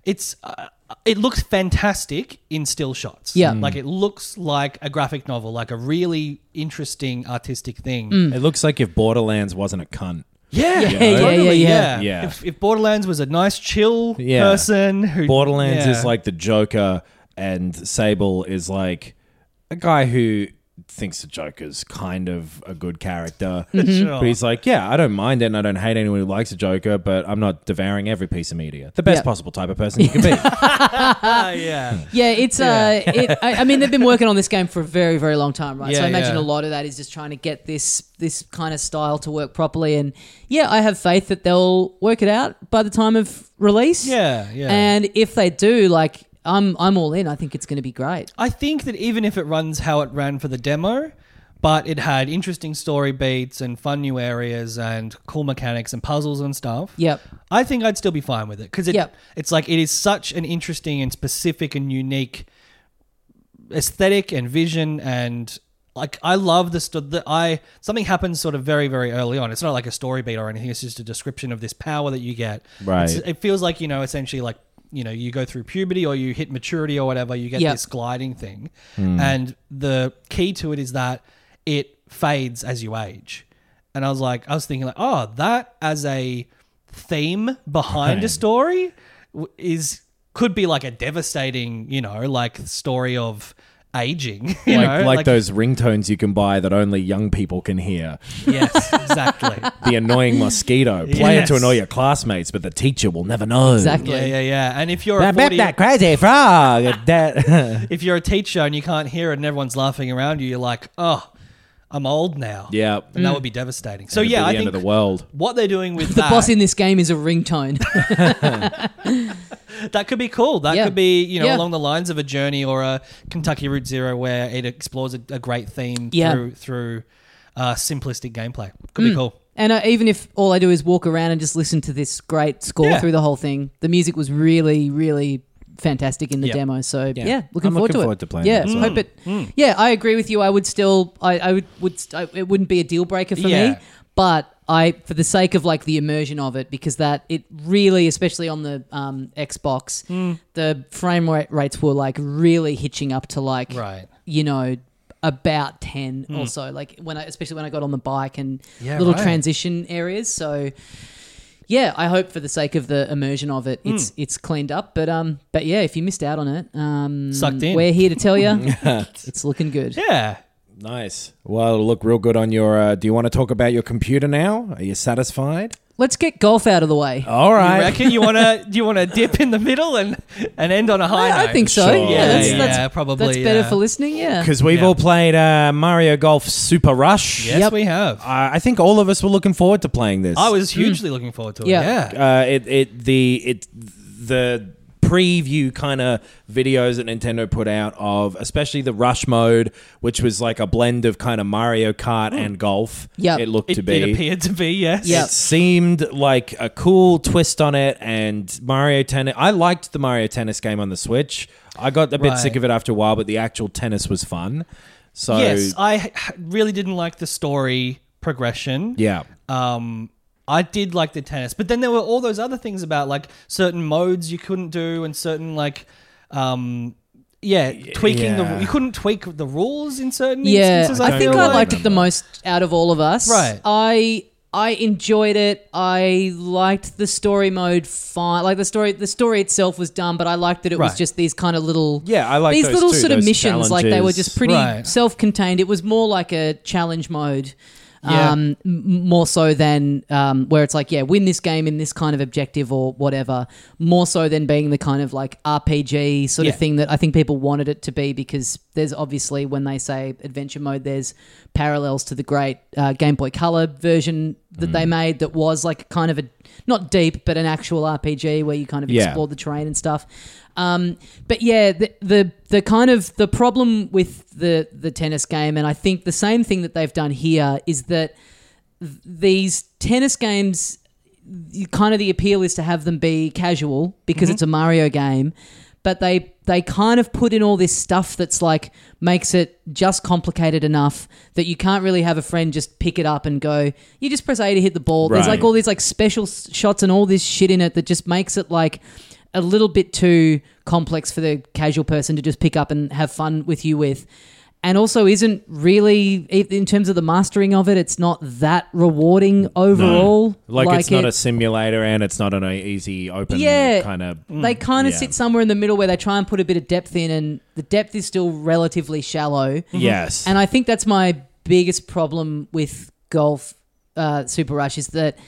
it's. Uh, it looks fantastic in still shots. Yeah. Like it looks like a graphic novel, like a really interesting artistic thing. It looks like if Borderlands wasn't a cunt. Yeah, Mm. Yeah, yeah, yeah, yeah. Yeah. If, if Borderlands was a nice, chill Yeah. person who Borderlands yeah. is like the Joker, and Sable is like a guy who thinks the Joker's kind of a good character. But he's like, yeah, I don't mind it, and I don't hate anyone who likes the Joker, but I'm not devouring every piece of media. The best Yep. possible type of person you can be. Ah, yeah, Yeah, it's uh, it, I, I mean, they've been working on this game for a very, very long time, right? so Yeah, I imagine a yeah. lot of that is just trying to get this this kind of style to work properly. And yeah, I have faith that they'll work it out by the time of release. yeah, yeah. And if they do, like, I'm I'm all in. I think it's going to be great. I think that even if it runs how it ran for the demo, but it had interesting story beats and fun new areas and cool mechanics and puzzles and stuff. Yep. I think I'd still be fine with it because it, Yep. it's like it is such an interesting and specific and unique aesthetic and vision and like I love the st- that I something happens sort of very very early on. It's not like a story beat or anything. It's just a description of this power that you get. Right. It's- it feels like you know essentially like you know you go through puberty or you hit maturity or whatever. You get Yep. this gliding thing, Hmm. and the key to it is that it fades as you age. And I was like, I was thinking like, oh, that as a theme behind a story w- is could be like a devastating, you know, like story of aging, you like, know, like, those ringtones you can buy that only young people can hear. Yes, exactly. The annoying mosquito. Play it to Yes. annoy your classmates, but the teacher will never know. Exactly. yeah, yeah, yeah. And if you're a I bet 40, that crazy frog. that- if you're a teacher and you can't hear it and everyone's laughing around you, you're like, oh, I'm old now. yeah. and that would be devastating. So It'd be yeah, the I end think of the world. what they're doing with Mm. The that, boss in this game is a ringtone. that could be cool. That Yeah. could be you know Yeah. along the lines of a journey or a Kentucky Route Zero where it explores a, a great theme Yeah. through through uh, simplistic gameplay. Could be cool. And uh, even if all I do is walk around and just listen to this great score Yeah. through the whole thing, the music was really, really fantastic in the Yeah. demo. So yeah, looking I'm forward looking to it. forward to playing yeah, it as well. hope it. Yeah, I agree with you. I would still, I, I would, would st- I, it wouldn't be a deal breaker for Yeah. me, but. I, for the sake of like the immersion of it, because that it really, especially on the um, Xbox, Hmm. the frame rate rates were like really hitching up to like Right. Hmm. you know about 10 or so like when i especially when i got on the bike and Yeah, little right. transition areas so yeah i hope for the sake of the immersion of it it's Hmm. it's cleaned up but um but yeah if you missed out on it um Sucked in. we're here to tell you it's looking good Yeah. Nice. Well, it'll look real good on your. Uh, do you want to talk about your computer now? Are you satisfied? let's get golf out of the way All You right. reckon you want to do you want to dip in the middle and and end on a high I, note? I think so Sure. yeah, Yeah, that's, yeah, that's, yeah, probably, uh, that's better yeah. for listening yeah Because we've Yeah. all played uh, Mario Golf Super Rush. Yes, Yep. we have. I, Uh, I think all of us were looking forward to playing this. was hugely looking forward to it. Mm. Yeah. Yeah. Uh, it it the it the preview kind of videos that Nintendo put out of especially the Rush mode, which was like a blend of kind of Mario Kart and golf. Yep. It looked Oh. It, to be. it appeared to be yes. Yeah. It seemed like a cool twist on it, and Mario Tennis. I liked the Mario Tennis game on the Switch. I got a bit Right. sick of it after a while, but the actual tennis was fun. So Yes, I h- really didn't like the story progression. yeah, uh, Um, I did like the tennis, but then there were all those other things about like certain modes you couldn't do and certain like, um, yeah, tweaking yeah. the you couldn't tweak the rules in certain Yeah, instances. I think feel I like. liked it the most out of all of us. Right. I I enjoyed it. I liked the story mode fine. Like the story, the story itself was dumb, but I liked that it was Right. just these kind of little Yeah, I like these those little too, sort of those missions. Like they were challenges. just pretty Right. self-contained. It was more like a challenge mode. Yeah. Um, m- more so than um, where it's like, yeah, win this game in this kind of objective or whatever. More so than being the kind of like RPG sort Yeah. of thing that I think people wanted it to be because there's obviously when they say adventure mode, there's parallels to the great uh, Game Boy Color version that they made that was like kind of a not deep but an actual RPG where you kind of Yeah. explore the terrain and stuff. Um, but yeah, the, the the kind of the problem with the the tennis game, and I think the same thing that they've done here is that these tennis games you- kind of the appeal is to have them be casual because Mm-hmm. it's a Mario game but they they kind of put in all this stuff that's like makes it just complicated enough that you can't really have a friend just pick it up and go you just press A to hit the ball there's like Right. all these like special s- shots and all this shit in it that just makes it like a little bit too complex for the casual person to just pick up and have fun with you with and also isn't really i- in terms of the mastering of it it's not that rewarding overall Like, it's not it- a simulator and it's not an e-, easy open Yeah. Mm-hmm. kind of. they kind of yeah. sit somewhere in the middle where they try and put a bit of depth in and the depth is still relatively shallow Yes. and i think that's my biggest problem with golf uh, super rush is that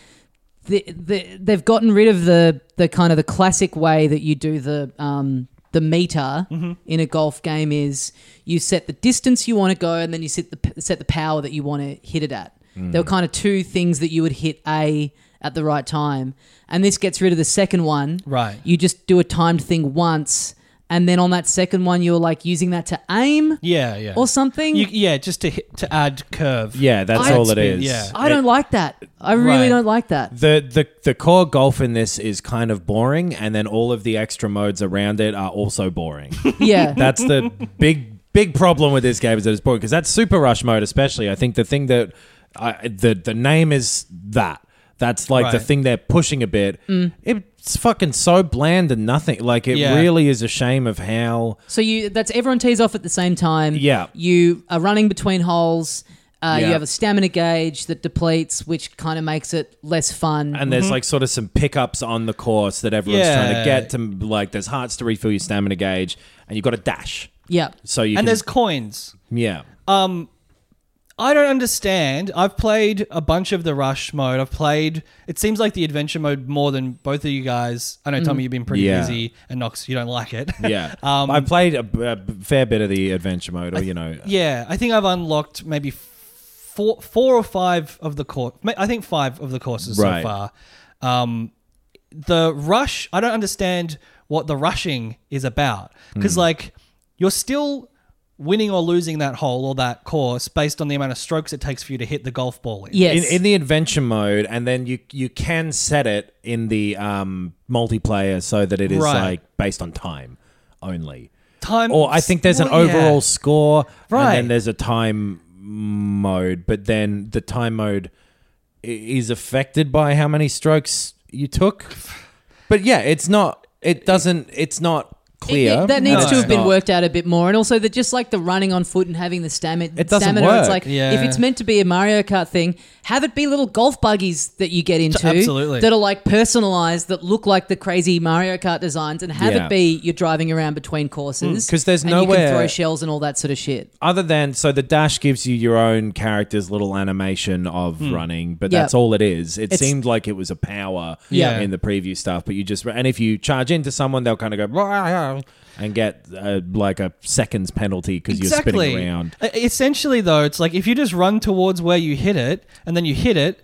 the, the, they've gotten rid of the the kind of the classic way that you do the um, the meter Mm-hmm. in a golf game is you set the distance you want to go and then you set the p- set the power that you want to hit it at. Mm. There were kind of two things that you would hit a at the right time, and this gets rid of the second one. Right. you just do a timed thing once, and then on that second one, you're like using that to aim Yeah, yeah. or something. You, yeah, just to hit, to add curve. yeah, that's I- all it Spin, is. yeah. I don't like that. I really Right. don't like that. The, the the core golf in this is kind of boring, and then all of the extra modes around it are also boring. Yeah. That's the big big problem with this game is that it's boring because that's Super Rush mode, especially. I think the thing that I, the the name is that. That's like the Right. Mm. thing they're pushing a bit. It's fucking so bland and nothing. Like it Yeah. really is a shame of how. So you that's everyone tees off at the same time. Yeah. You are running between holes. Uh, Yeah. You have a stamina gauge that depletes, which kind of makes it less fun. And there's like sort of some pickups on the course that everyone's trying to Mm-hmm. Yeah. get to. Like there's hearts to refill your stamina gauge, and you've got a dash. yeah. So you And can, there's coins. yeah. I don't understand. I've played a bunch of the rush mode. I've played. It seems like the adventure mode more than both of you guys. I know Tommy, you've been pretty Mm. Yeah. busy, and Knox, you don't like it. yeah, um, I played a, a fair bit of the adventure mode, or you know, yeah. I think I've unlocked maybe f- four, four or five of the course. I think five of the courses Right. so far. Um, the rush. I don't understand what the rushing is about Hmm. because like you're still winning or losing that hole or that course based on the amount of strokes it takes for you to hit the golf ball in. Yes. in, in the adventure mode, and then you you can set it in the um, multiplayer so that it is Right. like based on time only. Time Or I think there's an Well, yeah. overall score, and Right. then there's a time mode, but then the time mode i- is affected by how many strokes you took. But yeah, it's not. It doesn't. It's not clear. It- it- that needs No. to have been It's not- worked out a bit more, and also that just like the running on foot and having the stamina, It doesn't stamina work. it's like Yeah. if it's meant to be a Mario Kart thing, have it be little golf buggies that you get into, Absolutely. that are like personalized, that look like the crazy Mario Kart designs, and have Yeah. it be you're driving around between courses Mm, 'Cause there's and you can nowhere- throw shells and all that sort of shit. other than so the dash gives you your own character's little animation of Hmm. running but Yeah. that's all it is it It's- seemed like it was a power Yeah. in the preview stuff but you just and if you charge into someone they'll kind of go "Rah, rah," and get uh, like a seconds penalty because you're spinning around E- Essentially, though, it's like if you just run towards where you hit it and then you hit it,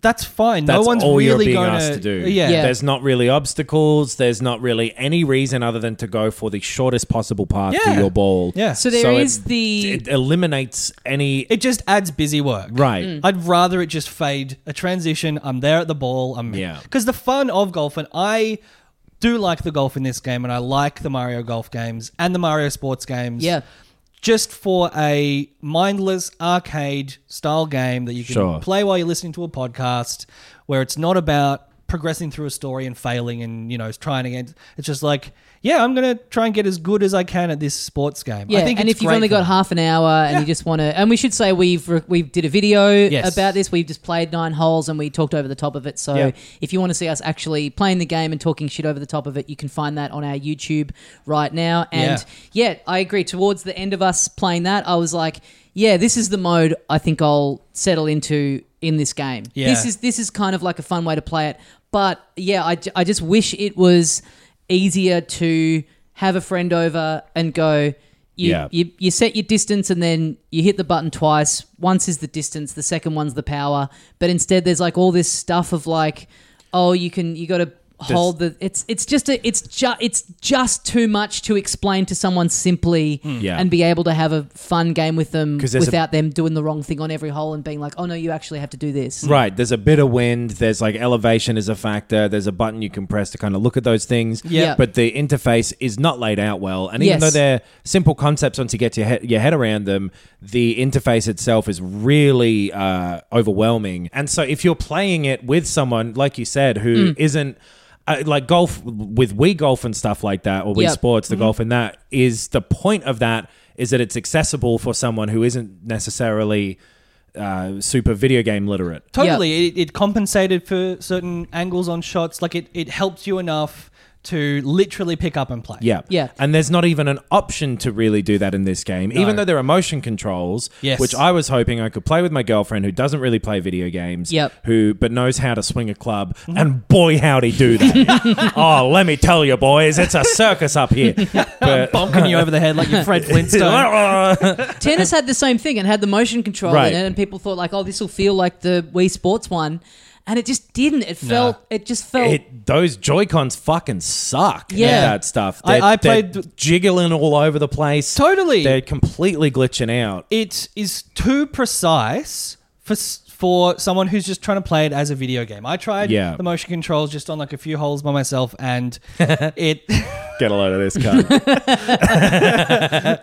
that's fine. that's no one's all really you're being gonna, asked to do. Yeah. Yeah. There's not really obstacles. There's not really any reason other than to go for the shortest possible path Yeah. to your ball. Yeah. So there is it- the It eliminates any. It just adds busy work. right. Mm. I'd rather it just fade a transition. I'm there at the ball. I'm Yeah. Because the fun of golf, and I do like the golf in this game, and I like the Mario golf games and the Mario sports games. Yeah. Just for a mindless arcade style game that you can Sure. play while you're listening to a podcast, where it's not about progressing through a story and failing and you know trying again. It's just like, yeah, I'm gonna try and get as good as I can at this sports game. Yeah, I think and it's if you've great only for got them. half an hour and you just want to, and we should say we've re- we did a video Yes. about this. We've just played nine holes and we talked over the top of it. So Yeah. if you want to see us actually playing the game and talking shit over the top of it, you can find that on our YouTube right now. And yeah, I agree. Towards the end of us playing that, I was like, yeah, this is the mode I think I'll settle into in this game. Yeah. This is this is kind of like a fun way to play it. But yeah, I, ju- I just wish it was easier to have a friend over and go. You, Yeah. you, you set your distance and then you hit the button twice. Once is the distance, the second one's the power. But instead, there's like all this stuff of like, oh, you can you got to hold the. It's it's just a, it's just it's just too much to explain to someone simply Yeah. and be able to have a fun game with them Hmm. 'Cause there's a- without them doing the wrong thing on every hole and being like, oh no, you actually have to do this. Right. There's a bit of wind. There's like elevation is a factor. There's a button you can press to kind of look at those things. Yeah. But the interface is not laid out well. And even Yes. though they're simple concepts, once you get your head, your head around them, the interface itself is really uh, overwhelming. And so if you're playing it with someone, like you said, Mm. who not Uh, like golf with Wii Golf and stuff like that, or Wii Yep. Mm-hmm. Sports, the golf and that is the point of that is that it's accessible for someone who isn't necessarily uh, super video game literate. Totally. It, it compensated for certain angles on shots. Like it, it helped you enough to literally pick up and play. Yeah. Yeah. And there's not even an option to really do that in this game, even though there are motion controls, Yes. which I was hoping I could play with my girlfriend who doesn't really play video games, Yep. who but knows how to swing a club. And boy, howdy do that. oh, let me tell you, boys, it's a circus up here. But, Bonking you over the head like you're Fred Flintstone. Tennis had the same thing and had the motion control Right. in it, and people thought like, "Oh, this will feel like the Wii Sports one," and it just didn't. It felt. It just Oh. felt. It, those Joy Cons fucking suck. with Yeah. that stuff. I- They're- I they're played- jiggling all over the place. Totally. they're completely glitching out. it is too precise for s- for someone who's just trying to play it as a video game. I tried Yeah. the motion controls just on like a few holes by myself, and it Get a load of this car.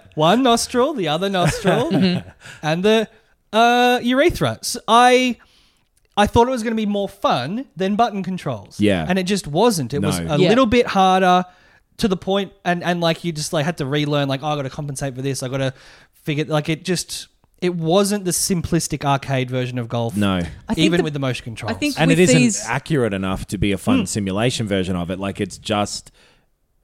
one nostril, the other nostril, Mm-hmm. and the uh, urethra. So I. I thought it was going to be more fun than button controls. Yeah. And it just wasn't. It was No. a Yeah. little bit harder to the point and and like you just like had to relearn like oh, I got to compensate for this. I got to figure like it just it wasn't the simplistic arcade version of golf. No. I think even the- with the motion controls. I think and with it isn't these, Hmm. accurate enough to be a fun simulation version of it. Like it's just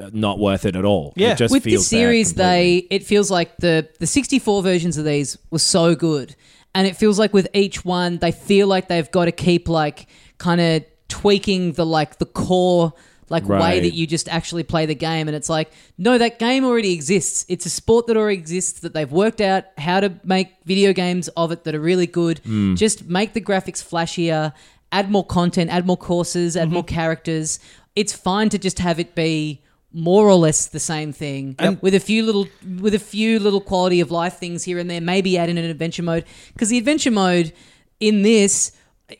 uh, not worth it at all. Yeah. it just with feels this series, bad completely. they it feels like the the 64 versions of these were so good, and it feels like with each one, they feel like they've got to keep like kind of tweaking the like the core. Like way Right. that you just actually play the game, and it's like, no, that game already exists. It's a sport that already exists. That they've worked out how to make video games of it that are really good. Hmm. Just make the graphics flashier, add more content, add more courses, Mm-hmm. add more characters. It's fine to just have it be more or less the same thing with a few little with a few little quality of life things here and there maybe add in an adventure mode because the adventure mode in this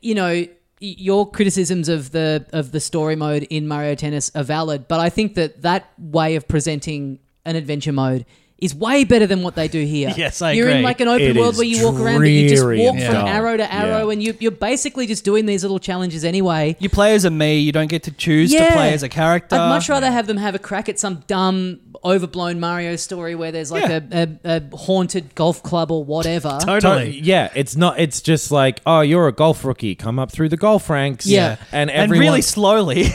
you know y- your criticisms of the of the story mode in Mario Tennis are valid but I think that that way of presenting an adventure mode is way better than what they do here. Yes, I You're in agree. like an open It world is where you walk around, but you just dreary walk and from dull. arrow to Yeah. arrow, and you, you're basically just doing these little challenges anyway. you play as a me, you don't get to choose to play as a character. Uh, I'd much rather have them have a crack at some dumb, overblown Mario story where there's like Yeah. a, a, a haunted golf club or whatever. Totally. To- yeah, it's not. It's just like, oh, you're a golf rookie. Come up through the golf ranks. Yeah. and and everyone really slowly.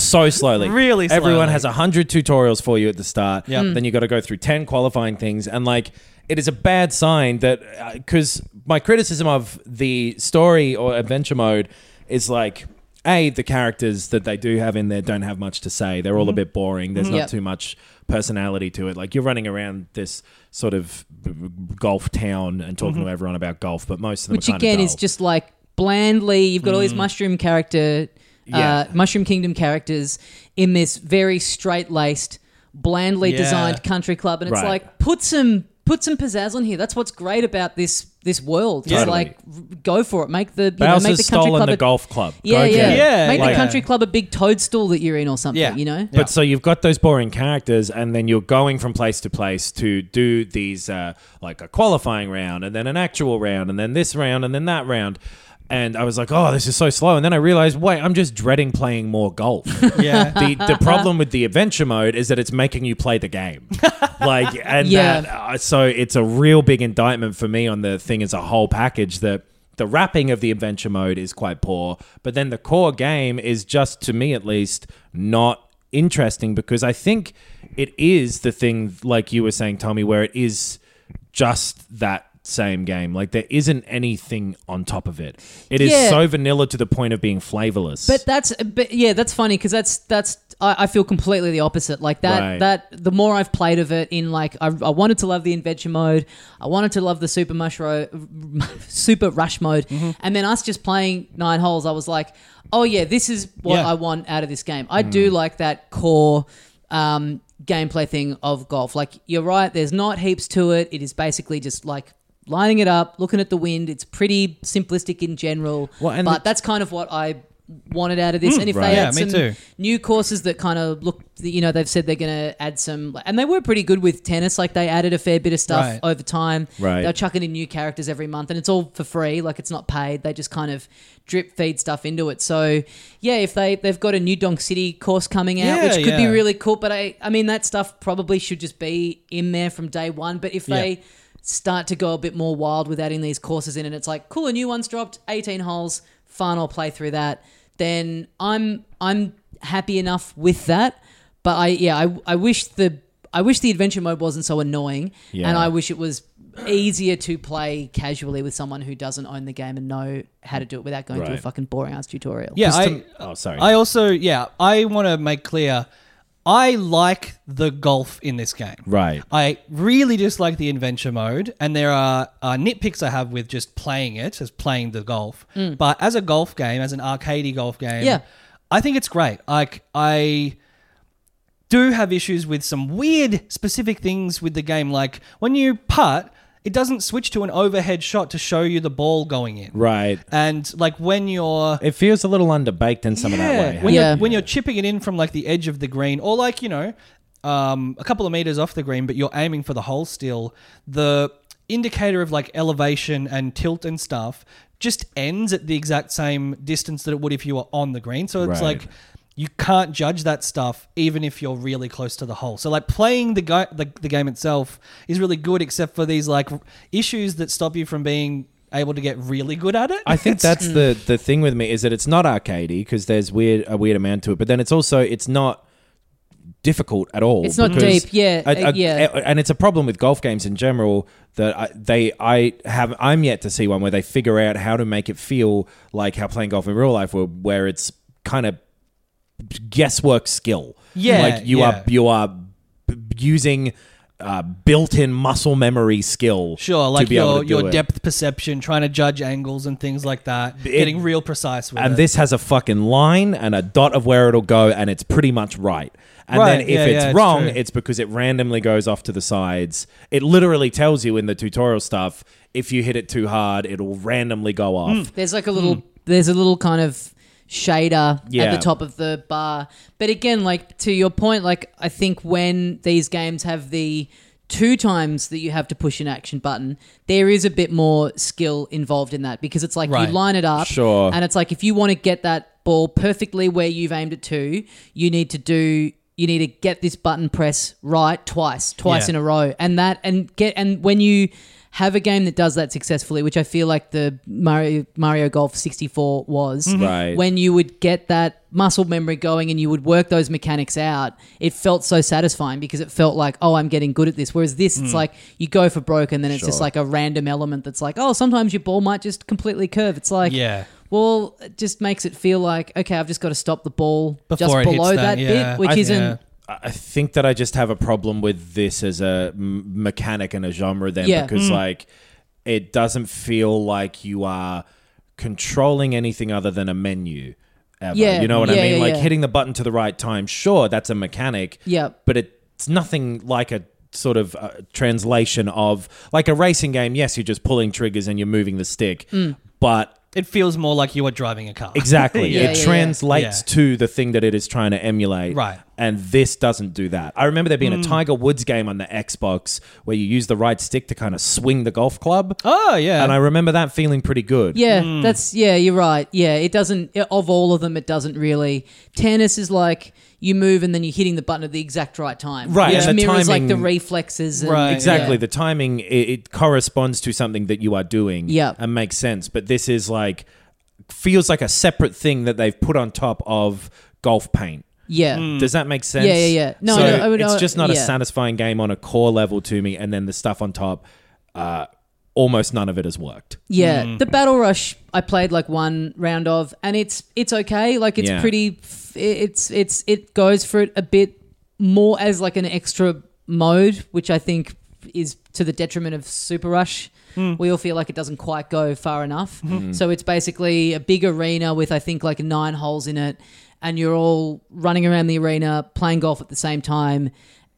so slowly. Really Everyone slowly. has 100 tutorials for you at the start. Yep. Mm. Then you got to go through 10 qualifying things. And like, it is a bad sign that, because my criticism of the story or adventure mode is like, A, the characters that they do have in there don't have much to say. They're all Mm-hmm. a bit boring. There's not Yep. too much personality to it. Like, you're running around this sort of b- b- golf town and talking to everyone about golf, but most of them Mm-hmm. Which are kinda again is dull. Mm. just like blandly, you've got all these mushroom character, Yeah. uh, mushroom kingdom characters in this very straight laced, blandly Yeah. designed country club, and it's Right. like put some put some pizzazz on here. That's what's great about this this world. Just Totally. like r- go for it, make the you know, make the country Bowser's stolen club the a- golf club. Yeah, Go get yeah. it. Yeah, Make like- the country club a big toadstool that you're in or something, Yeah. you know? Yeah. But so you've got those boring characters, and then you're going from place to place to do these, uh, like a qualifying round, and then an actual round, and then this round, and then that round. and I was like, "Oh, this is so slow." And then I realized, wait, I'm just dreading playing more golf. Yeah. the the problem with the adventure mode is that it's making you play the game, like, and Yeah. that, uh, so it's a real big indictment for me on the thing as a whole package that. The wrapping of the adventure mode is quite poor, but then the core game is just, to me at least, not interesting because I think it is the thing, like you were saying, Tommy, where it is just that same game. Like there isn't anything on top of it. It is Yeah. so vanilla to the point of being flavorless. But that's but yeah, that's funny because that's that's I, I feel completely the opposite. Like that Right. that the more I've played of it in like I, I wanted to love the adventure mode, I wanted to love the super mushroom, super rush mode, and then us just playing nine holes, I was like, oh yeah, this is what Yeah. I want out of this game. I do like that core. Um, gameplay thing of golf like you're right there's not heaps to it it is basically just like lining it up looking at the wind it's pretty simplistic in general Well, and but the- that's kind of what I wanted out of this. and if right. they Yeah, had me some too. new courses that kind of look, you know, they've said they're going to add some, and they were pretty good with tennis. Like they added a fair bit of stuff Right. over time. Right. They're chucking in new characters every month, and it's all for free. Like it's not paid. They just kind of drip feed stuff into it. So yeah, if they they've got a new Donk City course coming out, Yeah, which could be yeah. really cool. But I I mean that stuff probably should just be in there from day one. But if they Yeah. start to go a bit more wild with adding these courses in and it's like cool a new one's dropped 18 holes fun i'll play through that then i'm i'm happy enough with that but i yeah i, I wish the i wish the adventure mode wasn't so annoying Yeah. and i wish it was easier to play casually with someone who doesn't own the game and know how to do it without going through a Right. fucking boring ass tutorial Yeah, Just I, to- oh, sorry. I also, yeah, I want to make clear I like the golf in this game. Right. I really dislike the adventure mode, and there are uh, nitpicks I have with just playing it, as playing the golf. But as a golf game, as an arcadey golf game, Yeah. I think it's great. Like, I do have issues with some weird specific things with the game. Like, when you putt, it doesn't switch to an overhead shot to show you the ball going in. right. And, like, when you're It feels a little underbaked in some of that way. when, Yeah. You're, when you're chipping it in from like the edge of the green or like, you know, um, a couple of meters off the green, but you're aiming for the hole still, the indicator of like elevation and tilt and stuff just ends at the exact same distance that it would if you were on the green. So it's Right. like you can't judge that stuff even if you're really close to the hole. So like playing the, go- the the game itself is really good except for these like issues that stop you from being able to get really good at it. Hmm. I think It's- that's the the thing with me is that it's not arcadey because there's weird a weird amount to it, but then it's also it's not difficult at all. It's not because deep, yeah, I- uh, I- yeah. and it's a problem with golf games in general that I, they I have I'm yet to see one where they figure out how to make it feel like how playing golf in real life, where where it's kind of guesswork skill. Yeah, like you yeah. are you are b- using. Uh, built-in muscle memory skill, Sure, to like be able your to do your it. depth perception, trying to judge angles and things like that, getting real precise with and it. this has a fucking line and a dot of where it'll go, and it's pretty much right. And Right, then if yeah, it's yeah, it's wrong, true. it's, because it randomly goes off to the sides. It literally tells you in the tutorial stuff if you hit it too hard, it'll randomly go off. There's like a little there's a little kind of shader at Hmm. Yeah. the top of the bar. But again, like to your point, like I think when these games have the two times that you have to push an action button, there is a bit more skill involved in that because it's like Right. you line it up Sure. and it's like if you want to get that ball perfectly where you've aimed it to, you need to do you need to get this button press right twice, twice Yeah. in a row. And that and get and when you have a game that does that successfully, which I feel like the Mario Mario Golf 64 was, Mm-hmm. Right. when you would get that muscle memory going and you would work those mechanics out, it felt so satisfying because it felt like, oh, I'm getting good at this. Whereas this, Mm. it's like you go for broke and then it's just like a random element that's like, oh, sometimes your ball might just completely curve. It's like, Yeah. Well, it just makes it feel like okay, I've just got to stop the ball Before just it hits below that, that, yeah. bit, which I- isn't yeah. I I think that I just have a problem with this as a m- mechanic and a genre then Yeah. because like it doesn't feel like you are controlling anything other than a menu. Ever. Yeah, You know what I yeah, mean? yeah, like yeah. hitting the button to the right time. Sure, that's a mechanic. Yeah. But it's nothing like a sort of uh, Hmm. translation of like a racing game. Yes, you're just pulling triggers and you're moving the stick. But It feels more like you are driving a car. Exactly. Yeah, it yeah, yeah. translates Yeah. to the thing that it is trying to emulate. Right. Mm. And this doesn't do that. I remember there being a Tiger Woods game on the Xbox where you use the right stick to kind of swing the golf club. Oh yeah. And I remember that feeling pretty good. Yeah, Hmm. that's yeah, you're right. Yeah, it doesn't of all of them it doesn't really. Tennis is like you move and then you're hitting the button at the exact right time. Right, Which and the mirrors like the timing- reflexes and Right, Exactly. yeah. The timing, it, it corresponds to something that you are doing Yep. and makes sense. But this is like, feels like a separate thing that they've put on top of golf paint. Yeah. Hmm. Mm. Does that make sense? Yeah, yeah, yeah. No, so I know- I would- it's I- just not a yeah. satisfying game on a core level to me, and then the stuff on top, uh, almost none of it has worked. Yeah, Hmm. the battle rush I played like one round of, and it's it's okay. Like it's Yeah. pretty. f- It's it's it goes for it a bit more as like an extra mode, which I think is to the detriment of Super Rush. Hmm. We all feel like it doesn't quite go far enough. So it's basically a big arena with I think like nine holes in it, and you're all running around the arena playing golf at the same time,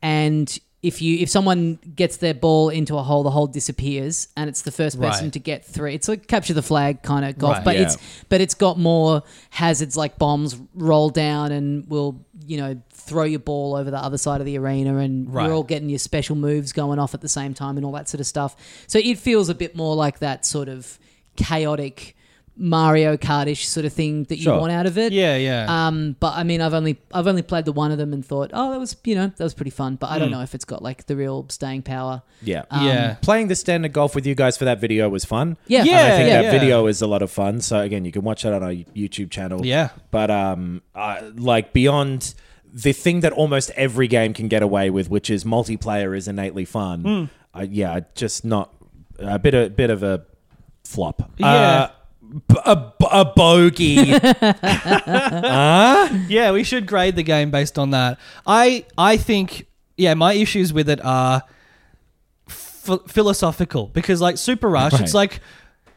and. If you if someone gets their ball into a hole, the hole disappears, and it's the first person Right. to get three. It's like capture the flag kind of golf, Right. but Yeah. it's but it's got more hazards like bombs roll down and will you know throw your ball over the other side of the arena, and Right. you're all getting your special moves going off at the same time and all that sort of stuff. So it feels a bit more like that sort of chaotic Mario Kartish sort of thing that you Sure. want out of it. yeah, yeah. Um, but I mean, I've only I've only played the one of them and thought, oh, that was you know that was pretty fun. But Hmm. I don't know if it's got like the real staying power. Yeah. yeah. Playing the standard golf with you guys for that video was fun. Um, Yeah, Yeah, And I think yeah. that video is a lot of fun. So again, you can watch that on our YouTube channel. Yeah. But um, I, like beyond the thing that almost every game can get away with, which is multiplayer is innately fun. Hmm. Uh, yeah, just not a bit a bit of a flop. Yeah. Uh, b- a, a bogey. Yeah, we should grade the game based on that. I I think yeah, my issues with it are ph- philosophical because like Super Rush, Right. it's like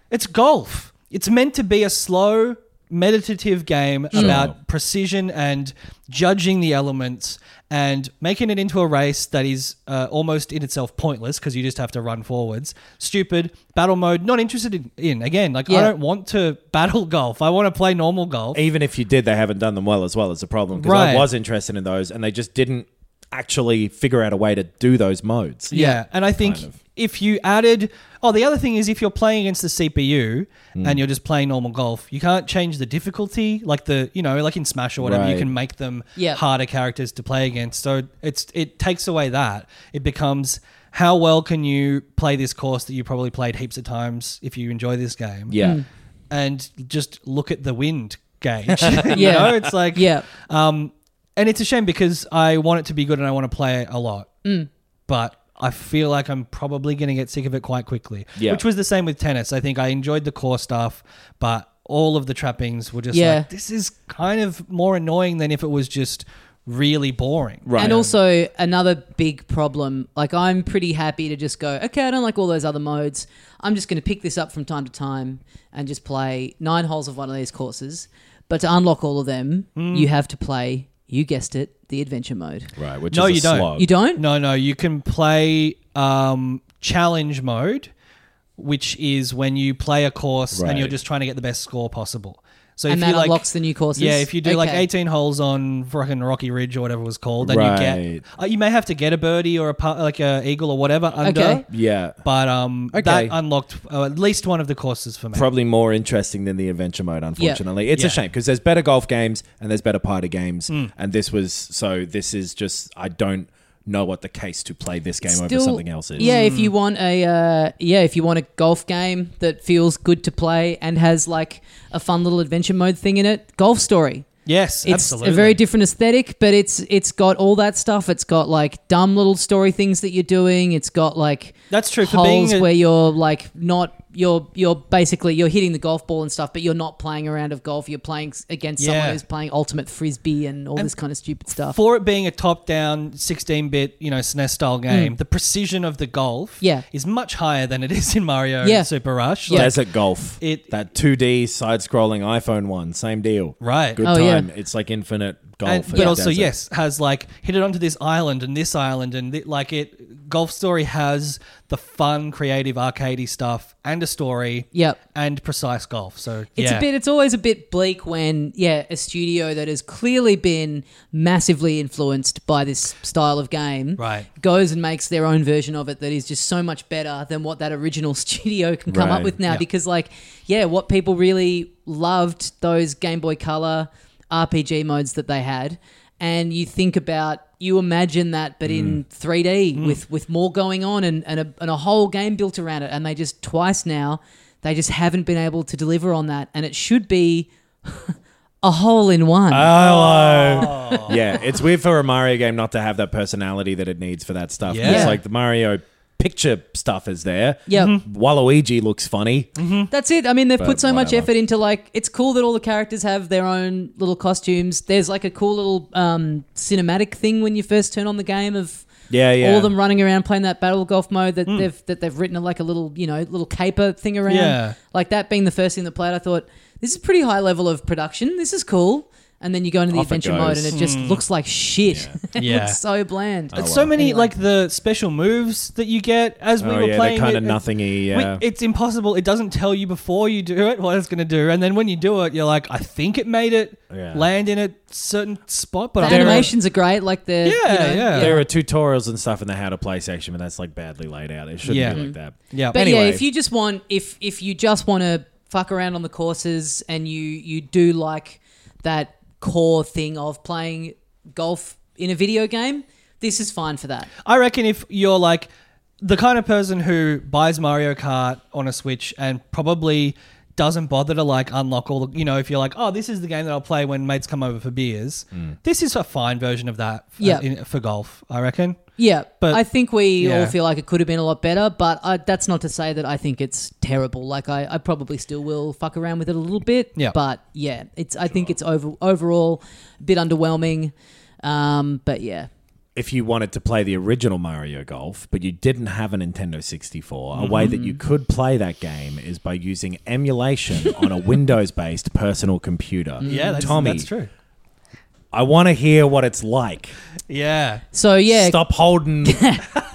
it's golf. It's meant to be a slow, meditative game about precision and judging the elements and making it into a race that is uh, almost in itself pointless because you just have to run forwards. Stupid battle mode, not interested in. in. Again, like I Yeah. don't want to battle golf. I want to play normal golf. even if you did, they haven't done them well as well as a problem. Because I Right. was interested in those, and they just didn't actually figure out a way to do those modes. Yeah. And I think Kind of. if you added, oh, the other thing is if you're playing against the CPU Hmm. and you're just playing normal golf, you can't change the difficulty, like the, you know, like in Smash or whatever, Right. you can make them Yeah. harder characters to play against. So it's it takes away that. It becomes how well can you play this course that you probably played heaps of times if you enjoy this game? Yeah. And just look at the wind gauge. yeah. You know, it's like Yeah. um, and it's a shame because I want it to be good and I want to play it a lot. Mm. But I feel like I'm probably going to get sick of it quite quickly. Yeah. Which was the same with tennis. I think I enjoyed the core stuff, but all of the trappings were just Yeah. like, this is kind of more annoying than if it was just really boring. Right. And also another big problem. Like I'm pretty happy to just go. Okay, I don't like all those other modes. I'm just going to pick this up from time to time and just play nine holes of one of these courses. But to unlock all of them, you have to play. You guessed it, the adventure mode. Hmm. right. Which No, is a you don't. slog. You don't? No, no, you can play um, challenge mode, which is when you play a course Right. and you're just trying to get the best score possible. So And if that you like, unlocks the new courses? Yeah, if you do like Okay. 18 holes on fucking Rocky Ridge or whatever it was called, then you Right. get. Uh, you may have to get a birdie or a par- like a eagle or whatever under. Okay. Yeah. But um, that Okay. unlocked uh, at least one of the courses for me. Probably more interesting than the adventure mode, unfortunately. It's Yeah. Mm. a shame because there's better golf games and there's better party games. And this was so this is just, I don't know what the case to play this game over Still- something else is. Hmm. Yeah, if you want a uh, yeah, if you want a golf game that feels good to play and has like a fun little adventure mode thing in it, Golf Story. yes, It's absolutely. a very different aesthetic, but it's it's got all that stuff. It's got like dumb little story things that you're doing. It's got like That's true, for being holes a- where you're like not you're you're basically you're hitting the golf ball and stuff, but you're not playing a round of golf. You're playing s- against someone Yeah. who's playing ultimate frisbee and all this kind of stupid stuff. for it being a top-down 16-bit, you know, SNES style game, the precision of the golf Mm. Yeah. is much higher than it is in Mario Yeah. Super Rush. Like, Desert Golf. It- that 2D side scrolling iPhone one, same deal. Right. Good Oh, yeah. time. It's like infinite golf. And- in but the also desert. yes, has like hit it onto this island and this island and thi- like it. Golf Story has the fun, creative, arcadey stuff and a story. Yep. and precise golf. So It's yeah. a bit. It's always a bit bleak when, yeah, a studio that has clearly been massively influenced by this style of game, Right. goes and makes their own version of it that is just so much better than what that original studio can come up Right. with now. Yeah. Because, like, yeah, what people really loved those Game Boy Color RPG modes that they had, and you think about. You imagine that, but in 3D with, with more going on and, and, a, and a whole game built around it. And they just, twice now, they just haven't been able to deliver on that. And it should be a hole in one. Hello. yeah, it's weird for a Mario game not to have that personality that it needs for that stuff. Yeah. It's like the Mario picture stuff is there. Yep. Waluigi looks funny. Mm. That's it. I mean, they've put so much whatever. effort into like it's cool that all the characters have their own little costumes. There's like a cool little um, cinematic thing when you first turn on the game of Yeah, yeah. all them running around playing that battle golf mode that they've that they've written a, like a little you know little caper thing around. Yeah. Like that being the first thing that played, I thought this is pretty high level of production. This is cool. And then you go into the Off it adventure mode, goes. and it just looks like shit. it Yeah. looks so bland. It's so many Anyway. like the special moves that you get as we Oh, were yeah, playing. they're kind it, of it- nothingy. Yeah. We, it's impossible. It doesn't tell you before you do it what it's going to do, and then when you do it, you're like, I think it made it Yeah. land in a certain spot, but the I don't know. animations are great. Like the Yeah, you know, yeah. there are tutorials and stuff in the how to play section, but that's like badly laid out. It shouldn't Yeah. Mm. be like that. Yeah, But yeah, Anyway. if you just want, if if you just want to fuck around on the courses and you you do like that core thing of playing golf in a video game, this is fine for that. I reckon if you're like the kind of person who buys Mario Kart on a Switch and probably doesn't bother to like unlock all the, you know, if you're like, oh, this is the game that I'll play when mates come over for beers, Mm. this is a fine version of that for, Yeah. in, for golf, I reckon. Yeah, But- but I think we yeah. all feel like it could have been a lot better. But I, that's not to say that I think it's terrible. Like I, I probably still will fuck around with it a little bit. Yeah. but yeah, it's I think it's over overall a bit underwhelming. Um, but yeah, if you wanted to play the original Mario Golf, but you didn't have a Nintendo 64, a way that you Mm-hmm. could play that game is by using emulation on a Windows based personal computer. Yeah, that's, Tommy, that's true. I want to hear what it's like. Yeah. so yeah. Stop holding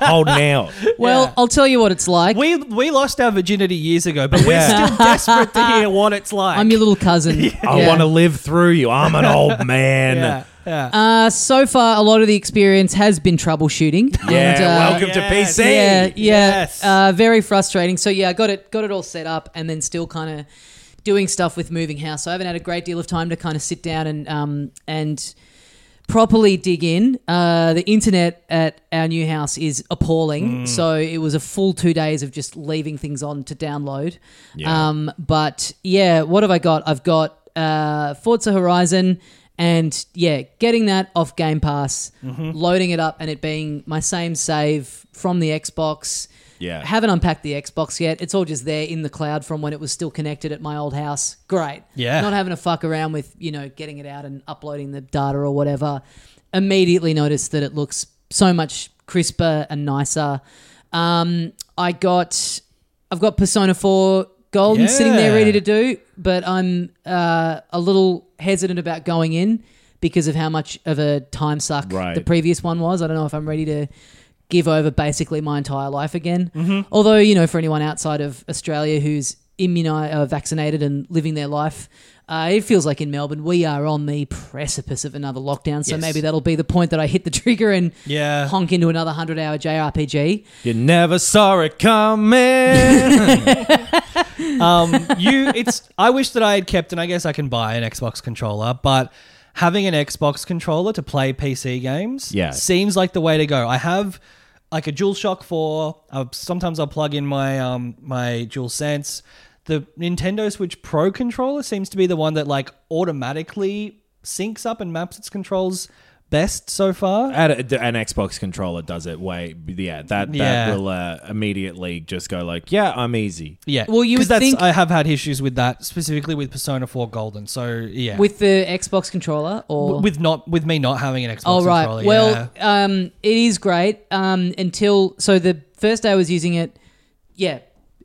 holding out. Well, Yeah. I'll tell you what it's like. We, we lost our virginity years ago, but we're Yeah. still desperate to hear what it's like. I'm your little cousin. I Yeah. want to live through you. I'm an old man. yeah, yeah. Uh, so far, a lot of the experience has been troubleshooting. Yeah, and, uh, welcome to yes. PC. Yeah, yeah, Yes. uh, very frustrating. So yeah, I got it, got it all set up, and then still kind of doing stuff with moving house. So I haven't had a great deal of time to kind of sit down and um and properly dig in. Uh, the internet at our new house is appalling. Mm. So it was a full two days of just leaving things on to download. Yeah. Um, but yeah, what have I got? I've got uh, Forza Horizon. And yeah, getting that off Game Pass, Mm-hmm. loading it up, and it being my same save from the Xbox. Yeah. Haven't unpacked the Xbox yet. It's all just there in the cloud from when it was still connected at my old house. Great. Yeah. Not having to fuck around with, you know, getting it out and uploading the data or whatever. Immediately noticed that it looks so much crisper and nicer. Um, I got, I've got Persona 4 Golden sitting there Yeah. ready to do, but I'm uh, a little hesitant about going in because of how much of a time suck Right. the previous one was. I don't know if I'm ready to give over basically my entire life again. Mm-hmm. Although, you know, for anyone outside of Australia who's immuni- uh, vaccinated and living their life, uh, it feels like in Melbourne we are on the precipice of another lockdown. So Yes. maybe that'll be the point that I hit the trigger and Yeah. honk into another 100 hour JRPG. You never saw it coming. um, you it's i wish that i had kept and i guess i can buy an xbox controller but having an xbox controller to play pc games Yeah. seems like the way to go i have like a DualShock 4 I'll, sometimes i'll plug in my um my DualSense the nintendo switch pro controller seems to be the one that like automatically syncs up and maps its controls best so far Add a- an Xbox controller does it. Wait, yeah, that, Yeah. that will uh, immediately just go like, yeah, I'm easy. yeah Well, you 'Cause would that's, think- i have had issues with that specifically with persona 4 golden so yeah With the Xbox controller or. with not with me not having an Xbox Oh right. controller. Well, um, it is great. Um, until so the first day I was using it, yeah,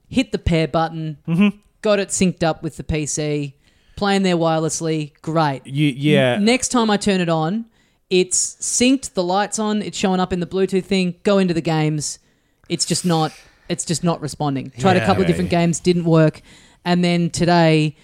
hit the pair button, got it synced up with the PC, playing there wirelessly. Great. You, yeah. Next time I turn it on, it's synced. The lights on. It's showing up in the Bluetooth thing. Go into the games. It's just not. It's just not responding. Tried a Yeah. couple of different games, didn't work, and then today,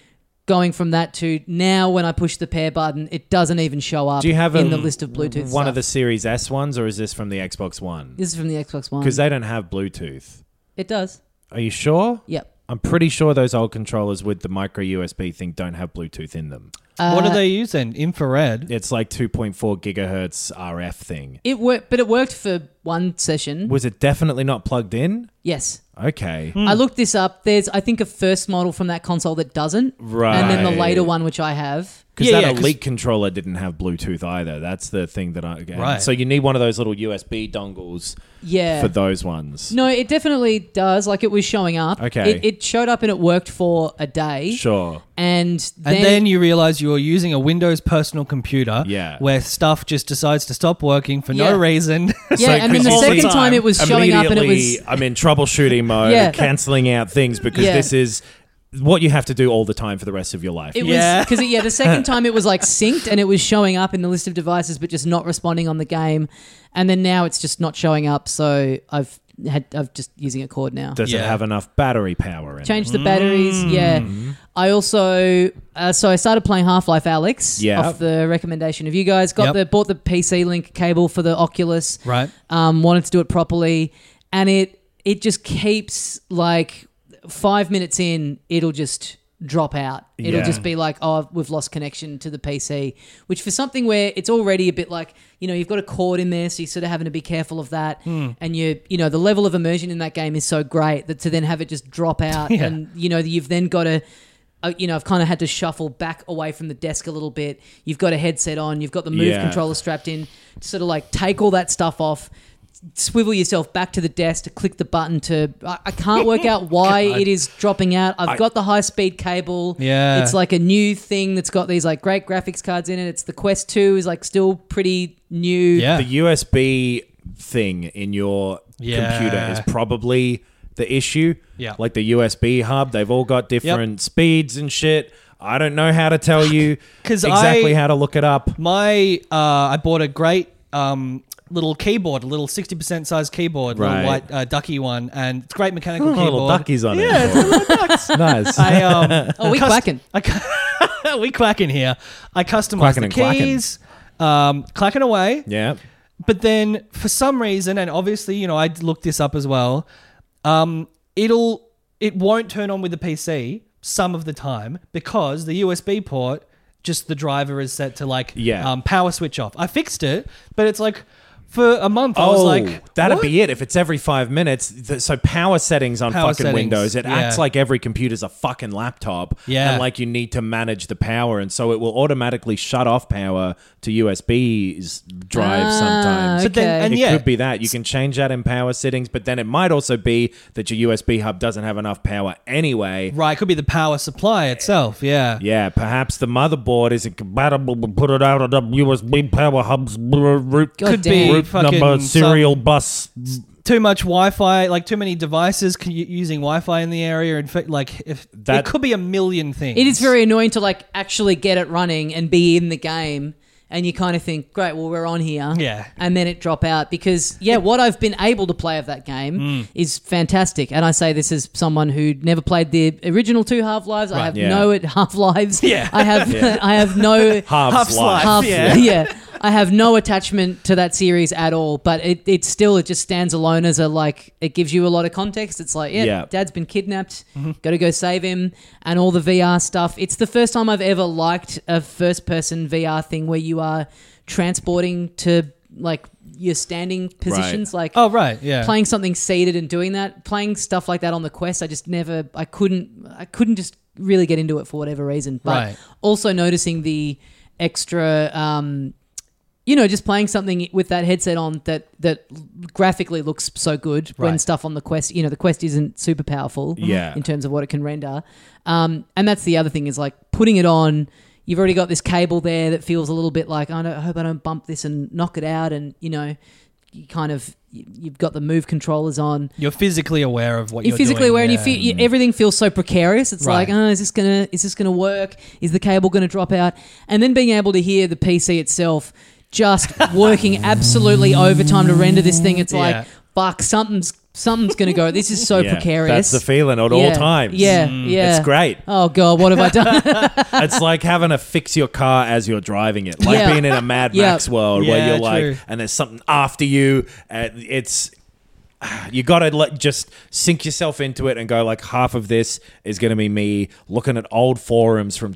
going from that to now, when I push the pair button, it doesn't even show up. Do you have in a- the list of Bluetooth? one stuff. of the Series S ones, or is this from the Xbox One? This is from the Xbox One. Because they don't have Bluetooth. it does. Are you sure? Yep. I'm pretty sure those old controllers with the micro USB thing don't have Bluetooth in them. what uh, do they use then? Infrared. It's like 2.4 gigahertz RF thing. It worked, but it worked for one session. Was it definitely not plugged in? Yes. Okay. Hmm. I looked this up. There's, I think, a first model from that console that doesn't, and then the Right. later one which I have. Because Yeah, that yeah, 'cause- Elite controller didn't have Bluetooth either. That's the thing that I. and Right. So you need one of those little USB dongles Yeah. for those ones. no, it definitely does. Like it was showing up. Okay. It, it showed up and it worked for a day. Sure. And then, And then, you realize you're using a Windows personal computer Yeah. where stuff just decides to stop working for Yeah. no reason. yeah, and then the All second time it was showing up and it was immediately I'm in troubleshooting mode, Yeah. canceling out things because Yeah. this is what you have to do all the time for the rest of your life. It Yeah. was because yeah, the second time it was like synced and it was showing up in the list of devices, but just not responding on the game. And then now it's just not showing up. So I've had I've just using a cord now. Does it Yeah. have enough battery power in Mm. it? Changed the batteries. Yeah. I also uh, so I started playing Half Life Alex Yeah. off the recommendation of you guys. Got Yep. the bought the PC Link cable for the Oculus. Right. Um, wanted to do it properly, and it it just keeps like five minutes in, it'll just drop out. It'll Yeah. just be like, oh, we've lost connection to the PC, which for something where it's already a bit like, you know, you've got a cord in there, so you're sort of having to be careful of that. Hmm. And you, you know, the level of immersion in that game is so great that to then have it just drop out, Yeah. and you know, you've then got to. uh, You know, I've kind of had to shuffle back away from the desk a little bit. You've got a headset on. You've got the move Yeah. controller strapped in. Sort of like take all that stuff off, swivel yourself back to the desk to click the button to. I, I can't work out why it is dropping out. I've got the high speed cable. Yeah. It's like a new thing that's got these like great graphics cards in it. It's the Quest 2 is like still pretty new. Yeah. The USB thing in your Yeah. computer is probably the issue. Yeah. Like the USB hub, they've all got different speeds and shit. I don't know how to tell you 'Cause exactly I- how to look it up. My uh, I bought a great um, little keyboard, a little sixty percent size keyboard, Right. little white uh, ducky one, and it's a great mechanical keyboard. Little duckies on yeah, it. nice. I um, Oh, we cust- quacking. I cu- we quacking here. I customized Quacking the and clacking. keys, um, clacking away. yeah. But then for some reason, and obviously, you know, I looked this up as well. Um, it'll it won't turn on with the PC some of the time because the USB port, just the driver is set to like Yeah. um, power switch off. I fixed it, but it's like for a month I was oh, like that'd what? be it. If it's every five minutes, th- so power settings on Power fucking settings, Windows, it yeah. acts like every computer's a fucking laptop. Yeah. And like you need to manage the power. And so it will automatically shut off power to USB's drive sometimes. But then- Okay. Ah, and it yeah, could be that. You can change that in power settings, but then it might also be that your USB hub doesn't have enough power anyway. right. It could be the power supply itself. Yeah. Yeah, perhaps the motherboard isn't compatible. But put it out on the USB power hubs. Root, God Could Oh, damn. be root fucking number, some- serial bus. too much Wi-Fi, like too many devices c- using Wi-Fi in the area. In fact, like if That- it could be a million things. It is very annoying to like actually get it running and be in the game. And you kind of think, great, well, we're on here. Yeah. And then it drop out because, yeah, what I've been able to play of that game Mm. is fantastic. And I say this as someone who never played the original two Half Lives. I have yeah. no at Half Lives. Yeah. I have I have no Half Half slice. slice. half yeah. Yeah. I have no attachment to that series at all, but it, it still it just stands alone as a like it gives you a lot of context. It's like, yeah, Yeah. dad's been kidnapped, Mm-hmm. got to go save him and all the VR stuff. It's the first time I've ever liked a first person VR thing where you are transporting to like your standing positions like Oh right, yeah. playing something seated and doing that, playing stuff like that on the quest, I just never, I couldn't, I couldn't just really get into it for whatever reason. But Right. also noticing the extra, um, you know, just playing something with that headset on that that graphically looks so good when Right. stuff on the quest, you know, the quest isn't super powerful, Yeah. in terms of what it can render. Um, and that's the other thing is like putting it on. You've already got this cable there that feels a little bit like I, don't, I hope I don't bump this and knock it out, and you know, you kind of you- you've got the move controllers on. You're physically aware of what You're, you're physically doing, aware, and you yeah. feel you, everything feels so precarious. It's Right. like, oh, is this gonna is this gonna work? Is the cable gonna drop out? And then being able to hear the PC itself just working absolutely overtime to render this thing. It's Yeah. like, fuck, something's something's gonna go. This is so Yeah, precarious. That's the feeling at all Yeah, times. Yeah, Mm. yeah. It's great. Oh god, what have I done? It's like having to fix your car as you're driving it, like Yeah. being in a Mad Yeah. Max world Yeah, where you're like, true. and there's something after you. And it's you got to let just sink yourself into it and go like half of this is going to be me looking at old forums from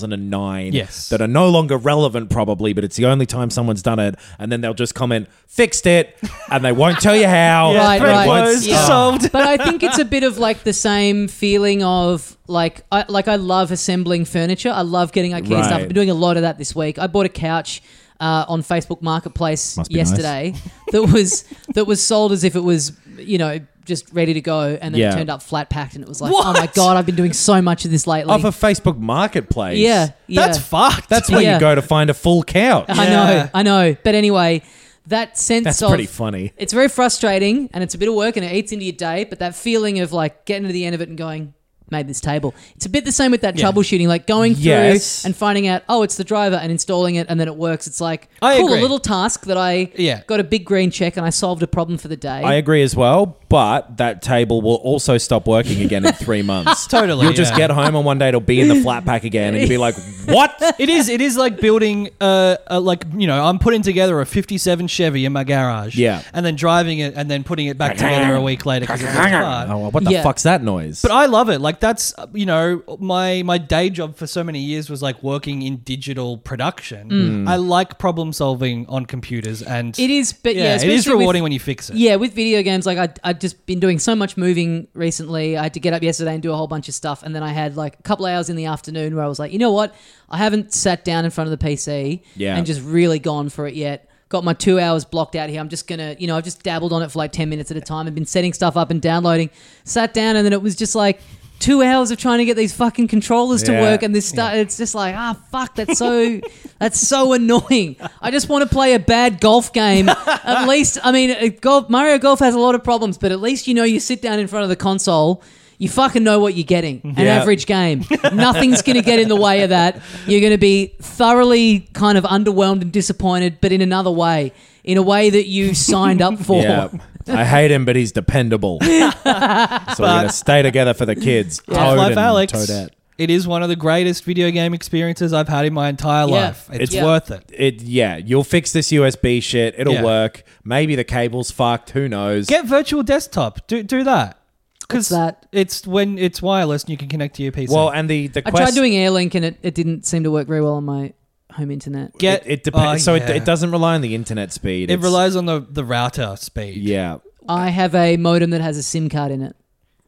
2009 Yes. that are no longer relevant probably but it's the only time someone's done it and then they'll just comment fixed it and they won't tell you how Yeah, right, they thread right. won't closed, Yeah. stop. solved. but I think it's a bit of like the same feeling of like I like I love assembling furniture. I love getting IKEA stuff. I've Right. been doing a lot of that this week. I bought a couch uh, on Facebook Marketplace Must be yesterday that was that was sold as if it was you know just ready to go, and then Yeah. it turned up flat packed, and it was like, oh What? my god, I've been doing so much of this lately. off of Facebook Marketplace yeah, yeah. That's fucked. that's where Yeah. you go to find a full couch I Yeah. know, I know. But anyway, that sense that's of pretty funny it's very frustrating and it's a bit of work and it eats into your day, but that feeling of like getting to the end of it and going, made this table. It's a bit the same with that Yeah. troubleshooting, like going through Yes. and finding out, oh, it's the driver and installing it and then it works. It's like, I cool, agree. a little task that I Yeah. got a big green check and I solved a problem for the day. I agree as well, but that table will also stop working again in three months. Totally, You'll just yeah. get home and one day it'll be in the flat pack again and you'll be like, what? It is. It is like building. Uh, a, like you know, I'm putting together a '57 Chevy in my garage. Yeah. and then driving it, and then putting it back together a week later because it's apart. Oh, well, what the Yeah. fuck's that noise? But I love it. Like that's uh, you know my my day job for so many years was like working in digital production. I like problem solving on computers, and Hmm. It is, but yeah, it is especially with- rewarding when you fix it. Yeah, with video games, like I I just been doing so much moving recently. I had to get up yesterday and do a whole bunch of stuff, and then I had like a couple hours in the afternoon where I was like, you know what, I haven't sat down in front of the PC Yeah. and just really gone for it yet. Got my two hours blocked out here. I'm just gonna, you know, I've just dabbled on it for like ten minutes at a time and been setting stuff up and downloading. Sat down and then it was just like two hours of trying to get these fucking controllers to Yeah. work and this stuff. It's just like ah fuck, that's so that's so annoying. I just want to play a bad golf game. At least, I mean, uh, golf Mario Golf has a lot of problems, but at least you know you sit down in front of the console. You fucking know what you're getting. An Yeah. average game. Nothing's going to get in the way of that. You're going to be thoroughly kind of underwhelmed and disappointed, but in another way, in a way that you signed up for. yeah. I hate him, but he's dependable. so we're going to stay together for the kids. Toad Half-Life and Alex. Toadette. It is one of the greatest video game experiences I've had in my entire Yeah. life. It's It's- worth it. It, yeah, you'll fix this USB shit. It'll Yeah. work. Maybe the cable's fucked. Who knows? Get virtual desktop. Do do that. Because What's that? it's when it's wireless and you can connect to your PC. well, and the, the I quest. tried doing AirLink and it, it didn't seem to work very well on my home internet. get It, it depends. so oh, yeah. it, it doesn't rely on the internet speed. It It's- relies on the the router speed. Yeah. I have a modem that has a SIM card in it.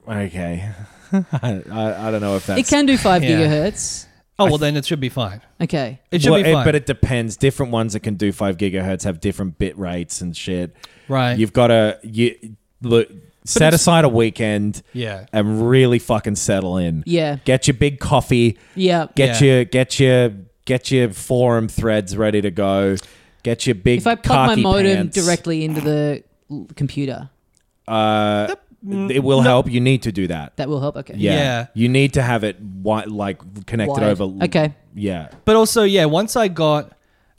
Okay. I, I, I don't know if that's It can do five Yeah. gigahertz. Oh well, then it should be fine. Okay. It should Well, be it- fine. but it depends. Different ones that can do five gigahertz have different bit rates and shit. Right. You've got to you look set it's- aside a weekend. Yeah. And really fucking settle in. Yeah. Get your big coffee. Yeah. Get Yeah. your get your get your forum threads ready to go. Get your big. If I plug my khaki modem pants. directly into the l- computer, uh, it will help. You need to do that. that will help. Okay. yeah. Yeah. You need to have it wi- like connected Wired. over. Okay. Yeah. But also, yeah, once I got,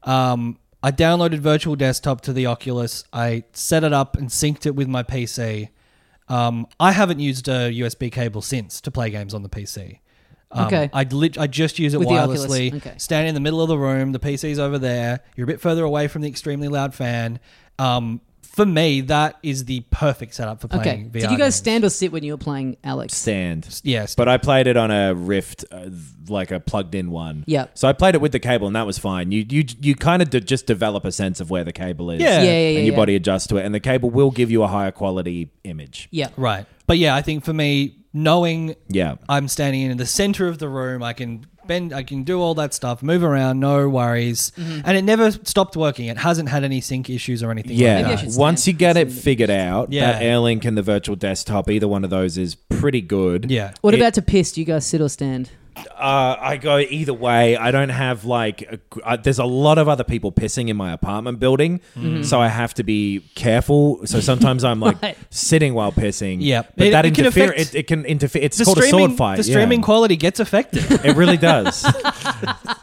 um, I downloaded Virtual Desktop to the Oculus. I set it up and synced it with my PC. Um, I haven't used a USB cable since to play games on the PC. Um, Okay. I lit- I just use it With the Oculus, wirelessly. okay. Stand in the middle of the room. The PC's over there. You're a bit further away from the extremely loud fan. Um, for me, that is the perfect setup for playing Okay. VR. Did you guys games. stand or sit when you were playing Alex? Stand. Yes. But I played it on a Rift, uh, th- like a plugged-in one. Yep. So I played it with the cable, and that was fine. You you you kind of de- just develop a sense of where the cable is. Yeah. Yeah, yeah, yeah, and your yeah. body adjusts to it, and the cable will give you a higher quality image. Yeah. Right. But yeah, I think for me, knowing Yeah. I'm standing in the center of the room, I can bend, I can do all that stuff, move around, no worries. And it never stopped working. It hasn't had any sync issues or anything. Yeah. Like Maybe I that. should Once you stand. get it figured out, Yeah. that AirLink and the virtual desktop, either one of those is pretty good. Yeah. What about to piss? Do you guys sit or stand? uh, I go either way. I don't have like a, uh, there's a lot of other people pissing in my apartment building, Mm-hmm. so I have to be careful. So sometimes I'm like Right. sitting while pissing. Yep. but It- that it can interfere. affect- It, it can interfere. It's The called a sword streaming, fight. the yeah. streaming quality gets affected. It really does.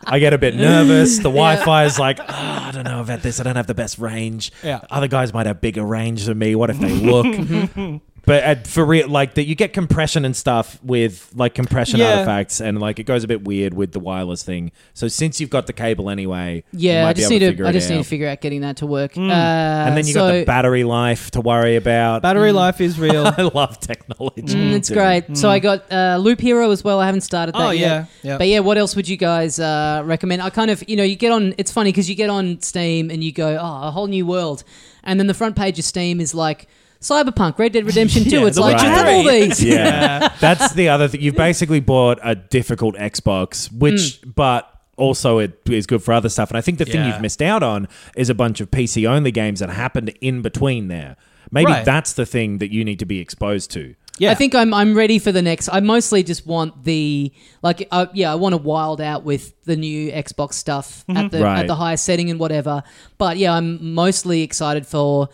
I get a bit nervous. The Wi-Fi is like, oh, I don't know about this. I don't have the best range. Yeah. Other guys might have bigger range than me. What if they Mm-hmm. look? but at, for real, like that, you get compression and stuff with like compression Yeah. artifacts, and like it goes a bit weird with the wireless thing. So since you've got the cable anyway, you Yeah, might I be just able need to. figure I it just need out. Mm. to figure out getting that to work. Uh, and then you so, got the battery life to worry about. Battery life is real. I love technology. Mm, it's dude. great. So I got uh, Loop Hero as well. I haven't started that Oh, yet. yeah, yeah. But yeah, what else would you guys uh, recommend? I kind of, you know, you get on. It's funny because you get on Steam and you go, oh, a whole new world, and then the front page of Steam is like Cyberpunk, Red Dead Redemption Two. Yeah, it's The like Witcher I have all 3. these. Yeah. That's the other thing. You've basically bought a difficult Xbox, which, Mm. but also it is good for other stuff. And I think the thing Yeah. you've missed out on is a bunch of PC only games that happened in between there. Maybe Right. that's the thing that you need to be exposed to. Yeah. I think I'm I'm ready for the next. I mostly just want the like uh, yeah, I want to wild out with the new Xbox stuff at the Mm-hmm. Right. at the highest setting and whatever. But yeah, I'm mostly excited for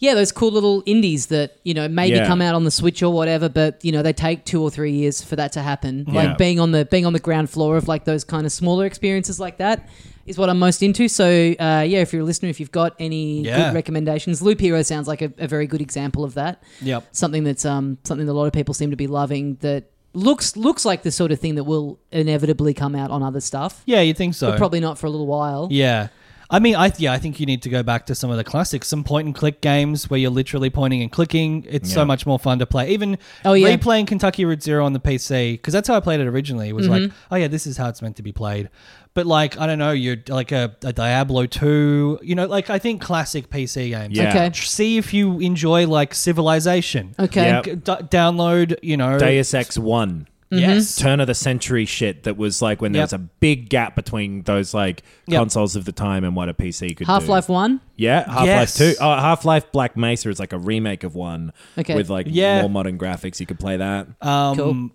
yeah, those cool little indies that, you know, maybe Yeah. come out on the Switch or whatever, but you know, they take 2 or 3 years for that to happen. Yeah. Like being on the being on the ground floor of like those kind of smaller experiences like that is what I'm most into. So, uh, yeah, if you're a listener, if you've got any Yeah. good recommendations, Loop Hero sounds like a, a very good example of that Yep. something that's um something that a lot of people seem to be loving that looks looks like the sort of thing that will inevitably come out on other stuff. Yeah, you'd think so. But probably not for a little while. Yeah. I mean, I yeah, I think you need to go back to some of the classics, some point and click games where you're literally pointing and clicking. It's so much more fun to play. Even Oh, yeah. replaying Kentucky Route Zero on the PC because that's how I played it originally. It was like, Mm-hmm. oh yeah, this is how it's meant to be played. But like, I don't know, you're like a, a Diablo two, you know, like I think classic PC games. Yeah. Okay. Like, see if you enjoy like Civilization. Okay. Yep. G- d- download, you know, Deus Ex 1. Mm. Mm-hmm. yes, Turn of the century shit that was like when there Yep. was a big gap between those like Yep. consoles of the time and what a PC could do. Half Life One. Yeah, Half Life Yes. Two. Oh, Half Life Black Mesa is like a remake of one Okay. with like Yeah. more modern graphics. You could play that. um,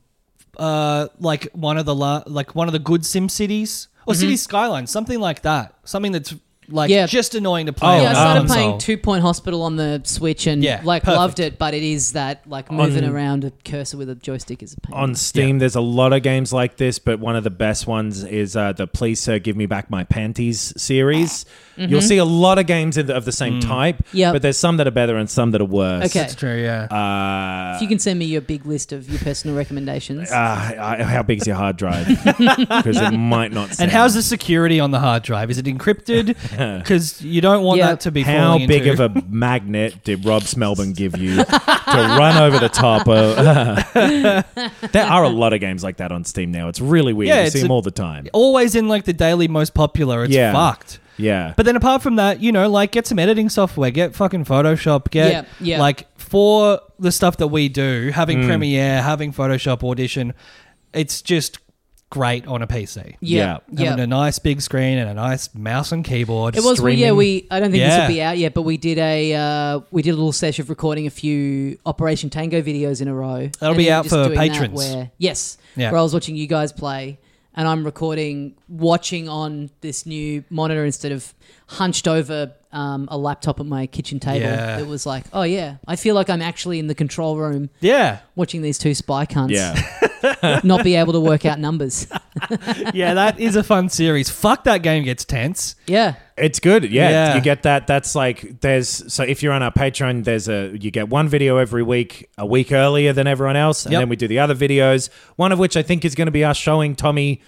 uh, like one of the la- like one of the good Sim cities or City Skylines, something like that. Something that's like Yeah. just annoying to play. Oh, on yeah, I a started console. playing Two Point Hospital on the Switch and Yeah, like perfect. loved it, but it is that like moving around a cursor with a joystick is a pain. on Steam, there's a lot of games like this, but one of the best ones is uh, the Please Sir Give Me Back My Panties series. You'll see a lot of games in the, of the same type, Yep. but there's some that are better and some that are worse. Okay. That's true. Yeah. Uh, if you can send me your big list of your personal recommendations. uh, I- how big's your hard drive? Because it might not. and sound- how's the security on the hard drive? Is it encrypted? Because you don't want Yeah. that to be How falling big into- of a magnet did Rob Smelburne give you to run over the top of? there are a lot of games like that on Steam now. It's really weird. Yeah, you it's see them a- Oh, all the time. always in like the daily most popular? It's Yeah. fucked. Yeah, But then apart from that, you know, like get some editing software, get fucking Photoshop, get Yeah, yeah. like for the stuff that we do, having Premiere, having Photoshop Audition, it's just great on a PC. yeah, yeah. Having a nice big screen and a nice mouse and keyboard. It was well, yeah. streaming. We I don't think this Yeah. will be out yet, but we did a uh, we did a little session of recording a few Operation Tango videos in a row. That'll And be we were out just for doing that patrons. Where, yes, Yeah. where I was watching you guys play, and I'm recording watching on this new monitor instead of hunched over um, a laptop at my kitchen table. Yeah. It was like, oh yeah, I feel like I'm actually in the control room Yeah. watching these two spy cunts yeah. not be able to work out numbers. Yeah, that is a fun series. Fuck that game gets tense. yeah, It's good. Yeah. Yeah. You get that. That's like, there's, so if you're on our Patreon, there's a, you get one video every week, a week earlier than everyone else. And Yep. then we do the other videos, one of which I think is going to be us showing Tommy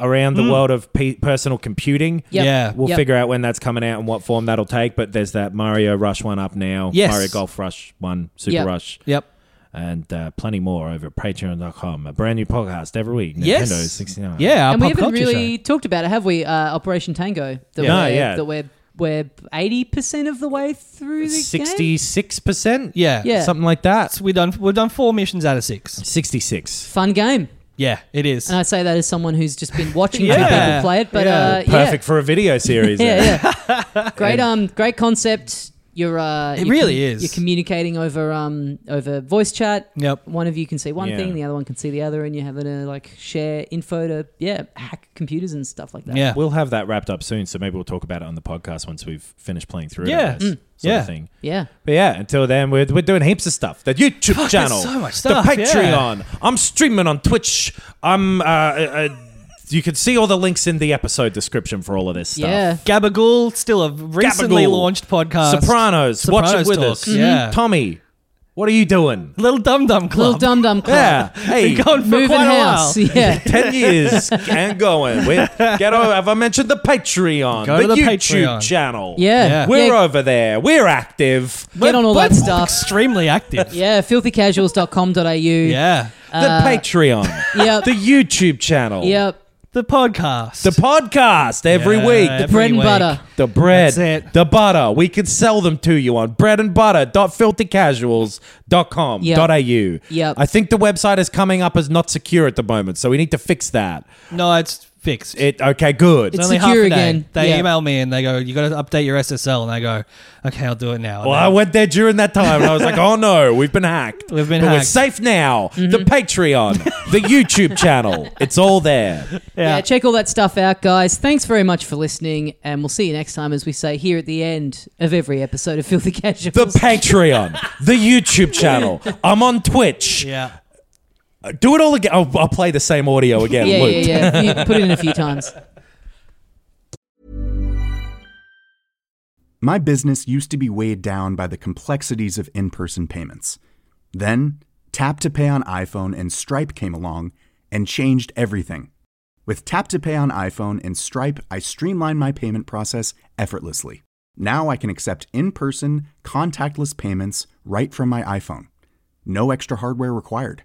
around the Mm. world of pe- personal computing. Yep. Yeah. We'll Yep. figure out when that's coming out and what form that'll take. But there's that Mario Rush one up now. Yes. Mario Golf Rush one, Super Yep. Rush. Yep. And uh, plenty more over at patreon.com. A brand new podcast every week. Nintendo Yes. 69. Yeah, our and we pop haven't culture really talked about it, have we? Uh, Operation Tango. That Yeah. No, we're, yeah. That we're we're eighty percent of the way through the game. 66%? Yeah. Yeah. Something like that. show. We've done we've done four missions out of six. 66. Fun game, Yeah, it is. and I say that as someone who's just been watching two Yeah. people play it. But Yeah. uh, Perfect for a video series. Yeah, yeah, yeah. great, um, great concept. You're, uh, It you're really is. You're communicating over um over voice chat. Yep. One of you can see one Yeah. thing, the other one can see the other, and you're having to like share info to yeah hack computers and stuff like that. Yeah. We'll have that wrapped up soon, so maybe we'll talk about it on the podcast once we've finished playing through. it, I Yeah. guess, Mm. sort Yeah. of thing. yeah. But yeah, until then, we're, we're doing heaps of stuff. The YouTube Fuck, there's channel, so much stuff, the yeah. Patreon. I'm streaming on Twitch. I'm. Uh, uh, uh, you can see all the links in the episode description for all of this stuff. Yeah. Gabagool, still a recently Gabagool. launched podcast. Sopranos, watch it Sopranos with talk, us. Mm-hmm. yeah. Tommy, what are you doing? Little Dum Dum Club. Little dum dum club. Yeah, hey, Been going for Moving quite house. a while. Yeah. ten years and going. We get over. Have I mentioned the Patreon? Go to the YouTube Patreon. channel. Yeah. Yeah. we're yeah. over there. We're active. Get on all that But stuff. Extremely active. Yeah, filthycasuals.com.au. Yeah. yeah. the Uh, Patreon. Yep. The YouTube channel. Yep. The podcast. The podcast every Yeah, week. every Bread and week. butter. The bread, That's it. the butter. We can sell them to you on breadandbutter.filthycasuals.com.au. Yep. I think the website is coming up as not secure at the moment, so we need to fix that. No, it's fixed. It okay, good. It's only half secure a day. again. They Yeah. email me and they go, "You got to update your SSL." And I go, "Okay, I'll do it now." And well, they- I went there during that time and I was like, oh no, we've been hacked. We've been but We're hacked. safe now. Mm-hmm. The Patreon, the YouTube channel, it's all there. Yeah. check all that stuff out, guys. Thanks very much for listening, and we'll see you next time, as we say here at the end of every episode of Filthy Casuals. The Patreon, the YouTube channel. I'm on Twitch. yeah. Do it all again. I'll, I'll play the same audio again. yeah, yeah, looped. yeah. You put it in a few times. My business used to be weighed down by the complexities of in person payments. Then, Tap to Pay on iPhone and Stripe came along and changed everything. With Tap to Pay on iPhone and Stripe, I streamlined my payment process effortlessly. Now I can accept in person, contactless payments right from my iPhone. No extra hardware required.